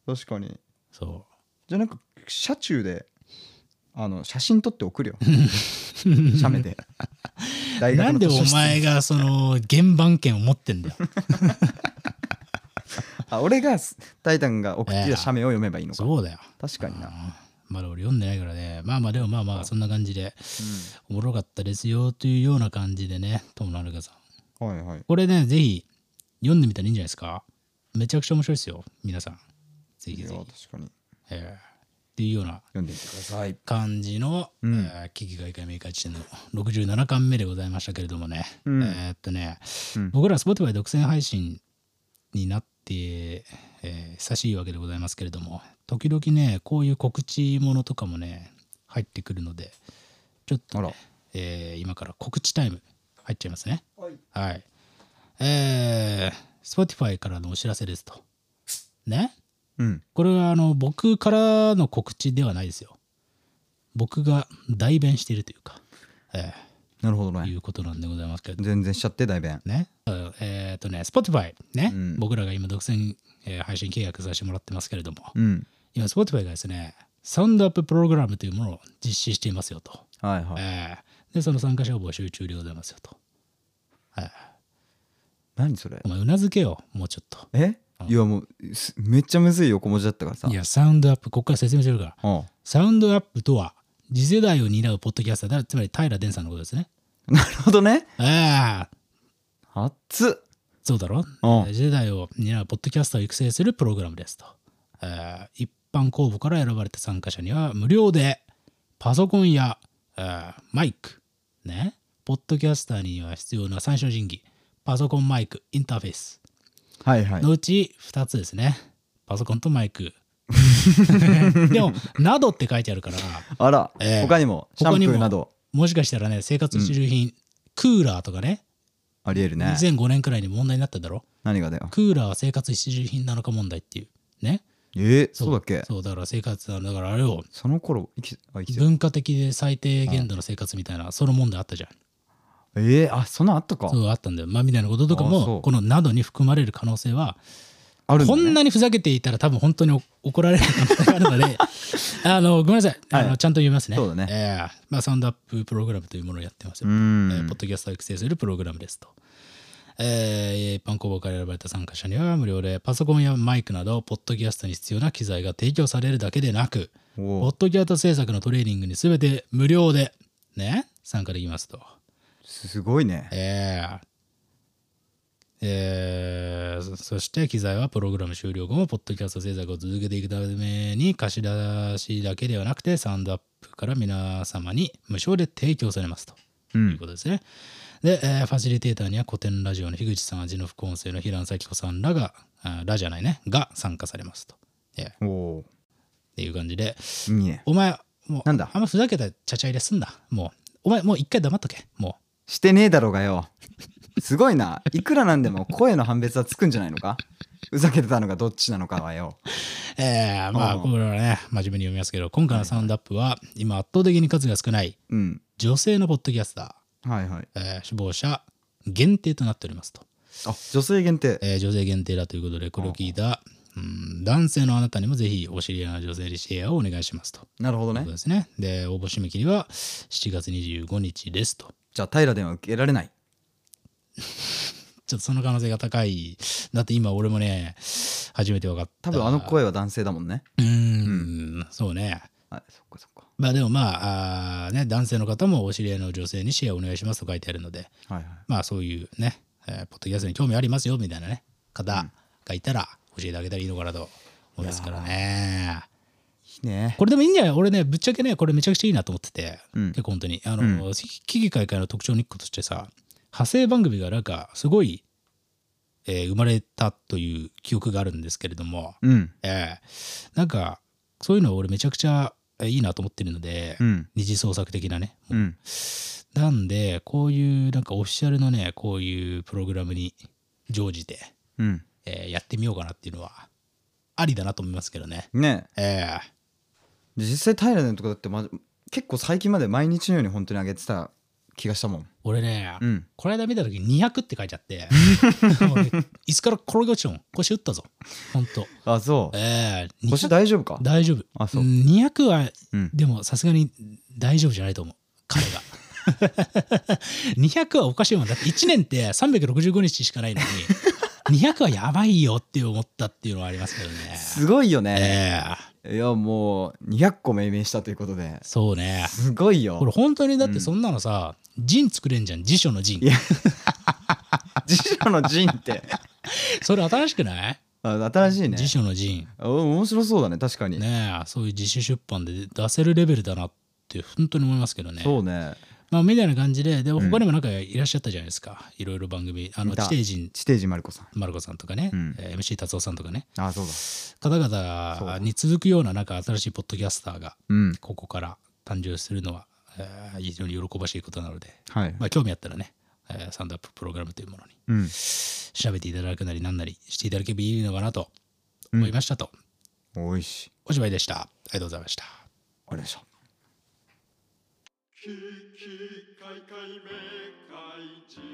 S3: 確かに
S2: そう
S3: じゃあなんか車中であの写真撮って送るよ写メで大
S2: なんで
S3: 図
S2: お
S3: 書室に
S2: 前がその原版権を持ってんだよ。
S3: あ俺がすタイタンが送ってきた写メを読めばいいのか、
S2: そうだよ。
S3: 確かにな
S2: まだ俺読んでないからね。まあまあでもまあまあそんな感じで、おもろかったですよというような感じでね、友野遥香さん。
S3: はいはい
S2: これね、ぜひ読んでみたらいいんじゃないですか。めちゃくちゃ面白いですよ、皆さん。ぜ
S3: い
S2: ひ
S3: や
S2: ぜ
S3: 確
S2: ひ。
S3: かに
S2: えーっていうような
S3: 読んでみてください
S2: 感じの、
S3: ん
S2: えー危機外貨明快地点の67巻目でございましたけれどもね、
S3: うん
S2: えーっとね、
S3: うん
S2: 僕ら Spotify 独占配信になって、えー久しいわけでございますけれども時々ねこういう告知ものとかもね入ってくるのでちょっと
S3: あ
S2: ね、
S3: ら
S2: えー今から告知タイム入っちゃいますね。
S3: はい
S2: はい。えー、Spotify からのお知らせですと。ね
S3: うん
S2: これはあの僕からの告知ではないですよ。僕が代弁しているというか、え
S3: なるほど
S2: ー、い
S3: ね
S2: うことなんでございますけれども
S3: 全然しちゃって代弁
S2: ね。うんえっ、とね、Spotify ね、
S3: うん
S2: 僕らが今独占、えー配信契約させてもらってますけれども、
S3: うん
S2: 今 Spotify がですね、サウンドアッププログラムというものを実施していますよと。
S3: はいはい
S2: えーで、その参加者を募集中でございますよと。
S3: 何それ
S2: お前、うなずけよ、もうちょっと。
S3: えいやもうすめっちゃむずい横文字だったからさ
S2: いや、サウンドアップ、ここから説明するから。
S3: おう
S2: サウンドアップとは、次世代を担うポッドキャスターだ、つまり平伝さんのことですね。
S3: なるほどね
S2: ああ、
S3: 熱っ
S2: そうだろ
S3: うん
S2: 次世代を担うポッドキャスターを育成するプログラムですと。えー一般公募から選ばれた参加者には無料でパソコンやえーマイク、ね、ポッドキャスターには必要な参照人技、パソコンマイク、インターフェース
S3: はいはい
S2: のうち2つですね。パソコンとマイ ク。でも、などって書いてあるから、
S3: あら
S2: ええ
S3: 他にもシャ
S2: 他
S3: ンプ
S2: に
S3: ー
S2: も
S3: など
S2: もしかしたらね、生活必需品、クーラーとかね、
S3: ありえるね
S2: 2005年くらいに問題になっただろ。
S3: 何がだよ
S2: クーラーは生活必需品なのか問題っていう。ね。
S3: えーそうだっけ
S2: そうだから生活だからあれを
S3: その頃生きあ生きてる
S2: 文化的で最低限度の生活みたいなその問題あったじゃん
S3: ええあそんなんあったか
S2: そうあったんだよまあみたいなこととか
S3: あそ
S2: も
S3: う
S2: このなどに含まれる可能性は
S3: あるんだ
S2: こん
S3: ね
S2: なにふざけていたら多分本当にお 怒られる可能性があるの であのごめんなさいあの
S3: はい
S2: ちゃんと言いますね
S3: そうだね
S2: ええまあサウンドアッププログラムというものをやってます
S3: う
S2: よえー
S3: ん
S2: ポッドキャストを育成するプログラムですと。えー、一般公募から選ばれた参加者には無料でパソコンやマイクなどポッドキャストに必要な機材が提供されるだけでなくポ
S3: お
S2: ッドキャスト制作のトレーニングに全て無料で、ね、参加できますと。
S3: すごいね
S2: えーえーそそして機材はプログラム終了後もポッドキャスト制作を続けていくために貸し出しだけではなくてサウンドアップから皆様に無償で提供されますと。
S3: う
S2: というんことですね。で、えーファシリテーターには古典ラジオの樋口さん、味の副音声の平野咲子さんらが、あーらじゃないね、が参加されますと。えーっ
S3: おー
S2: ていう感じで、
S3: いいね
S2: お前、もう、
S3: なんだ
S2: あんまふざけたちゃちゃ入れすんだ。もう、お前、もう一回黙っとけ。も
S3: してねえだろうがよすごいないくらなんでも声の判別はつくんじゃないのかふざけてたのがどっちなのかはよ
S2: う。えー、まあ、
S3: うん
S2: これはね、真面目に読みますけど、今回のサウンドアップは、今圧倒的に数が少ない
S3: うん
S2: 女性のポッドキャスタ
S3: はいはい
S2: ー、えー、首謀者限定となっておりますと。
S3: あ女性限定
S2: えー女性限定だということで、これを聞いた、うん、男性のあなたにもぜひお知り合いの女性にシェアをお願いしますと。
S3: なるほど
S2: ということ
S3: ね
S2: ですね。で、応募締め切りは7月25日ですと。
S3: じゃあ平では受けられない
S2: ちょっとその可能性が高い。だって今俺もね、初めて分かった。
S3: 多分あの声は男性だもんね
S2: うーん、そうね。
S3: あそっかそっか
S2: まあでもまああーね、男性の方もお知り合いの女性にシェアお願いしますと書いてあるので、
S3: はいはい
S2: まあそういうね、えーポッドキャストに興味ありますよみたいなね、方がいたら教えてあげたらいいのかなと思いますからね。
S3: いいね
S2: これでもいいんじゃない俺ね、ぶっちゃけね、これめちゃくちゃいいなと思ってて、
S3: うん
S2: 結構本当に。あの、危機開会の特徴の一個としてさ、派生番組がなんか、すごい、えー生まれたという記憶があるんですけれども、
S3: うん
S2: えーなんか、そういうのは俺めちゃくちゃえーいいなと思ってるので、
S3: うん
S2: 二次創作的なね。
S3: うん
S2: なんで、こういう、なんかオフィシャルのね、こういうプログラムに乗じて、
S3: うん
S2: えーやってみようかなっていうのは、ありだなと思いますけどね。
S3: ね
S2: えー
S3: えで実際平のとこだって、ま、結構最近まで毎日のように本当に上げてた気がしたもん
S2: 俺ね、
S3: うん
S2: この間見た時に200って書いちゃって 俺椅子から転げ落ちたもん腰打ったぞほんと
S3: あそう
S2: ええ
S3: 腰
S2: 200
S3: 大丈夫か
S2: 大丈夫
S3: あそう
S2: うん200は、
S3: うん
S2: でもさすがに大丈夫じゃないと思う彼が 200はおかしいもんだって1年って365日しかないの に200はやばいよって思ったっていうのはありますけどね
S3: すごいよ
S2: え
S3: ね
S2: え
S3: いやもう200個命名したということで
S2: そうね
S3: すごいよ
S2: これ本当にだってそんなのさ、陣作れんじゃん辞書の陣
S3: いや辞書の陣 って
S2: それ新しくない、
S3: あ新しいね
S2: 辞書の陣
S3: お面白そうだね確かに、
S2: ねえそういう自主出版で出せるレベルだなって本当に思いますけどね。
S3: そうね
S2: まあみたいな感じででも他にもなんかいらっしゃったじゃないですか、いろいろ番組あの
S3: いた
S2: 地底人
S3: 地底人まる子さん
S2: マルコさんとかね、
S3: うん
S2: えー MC 達夫さんとかね
S3: あそうだ
S2: 方
S3: そう
S2: 々
S3: だ
S2: に続くようななんか新しいポッドキャスターが
S3: うん
S2: ここから誕生するのは、えー非常に喜ばしいことなので、
S3: はい
S2: まあ、興味あったらねえーサンドアッププログラムというものに
S3: うん
S2: 調べていただくなりなんなりしていただければいいのかなと思いましたと、
S3: おいしい
S2: おしまいでしたありがとうございました
S3: あれでしょ
S1: キキカイカイメカイ辞典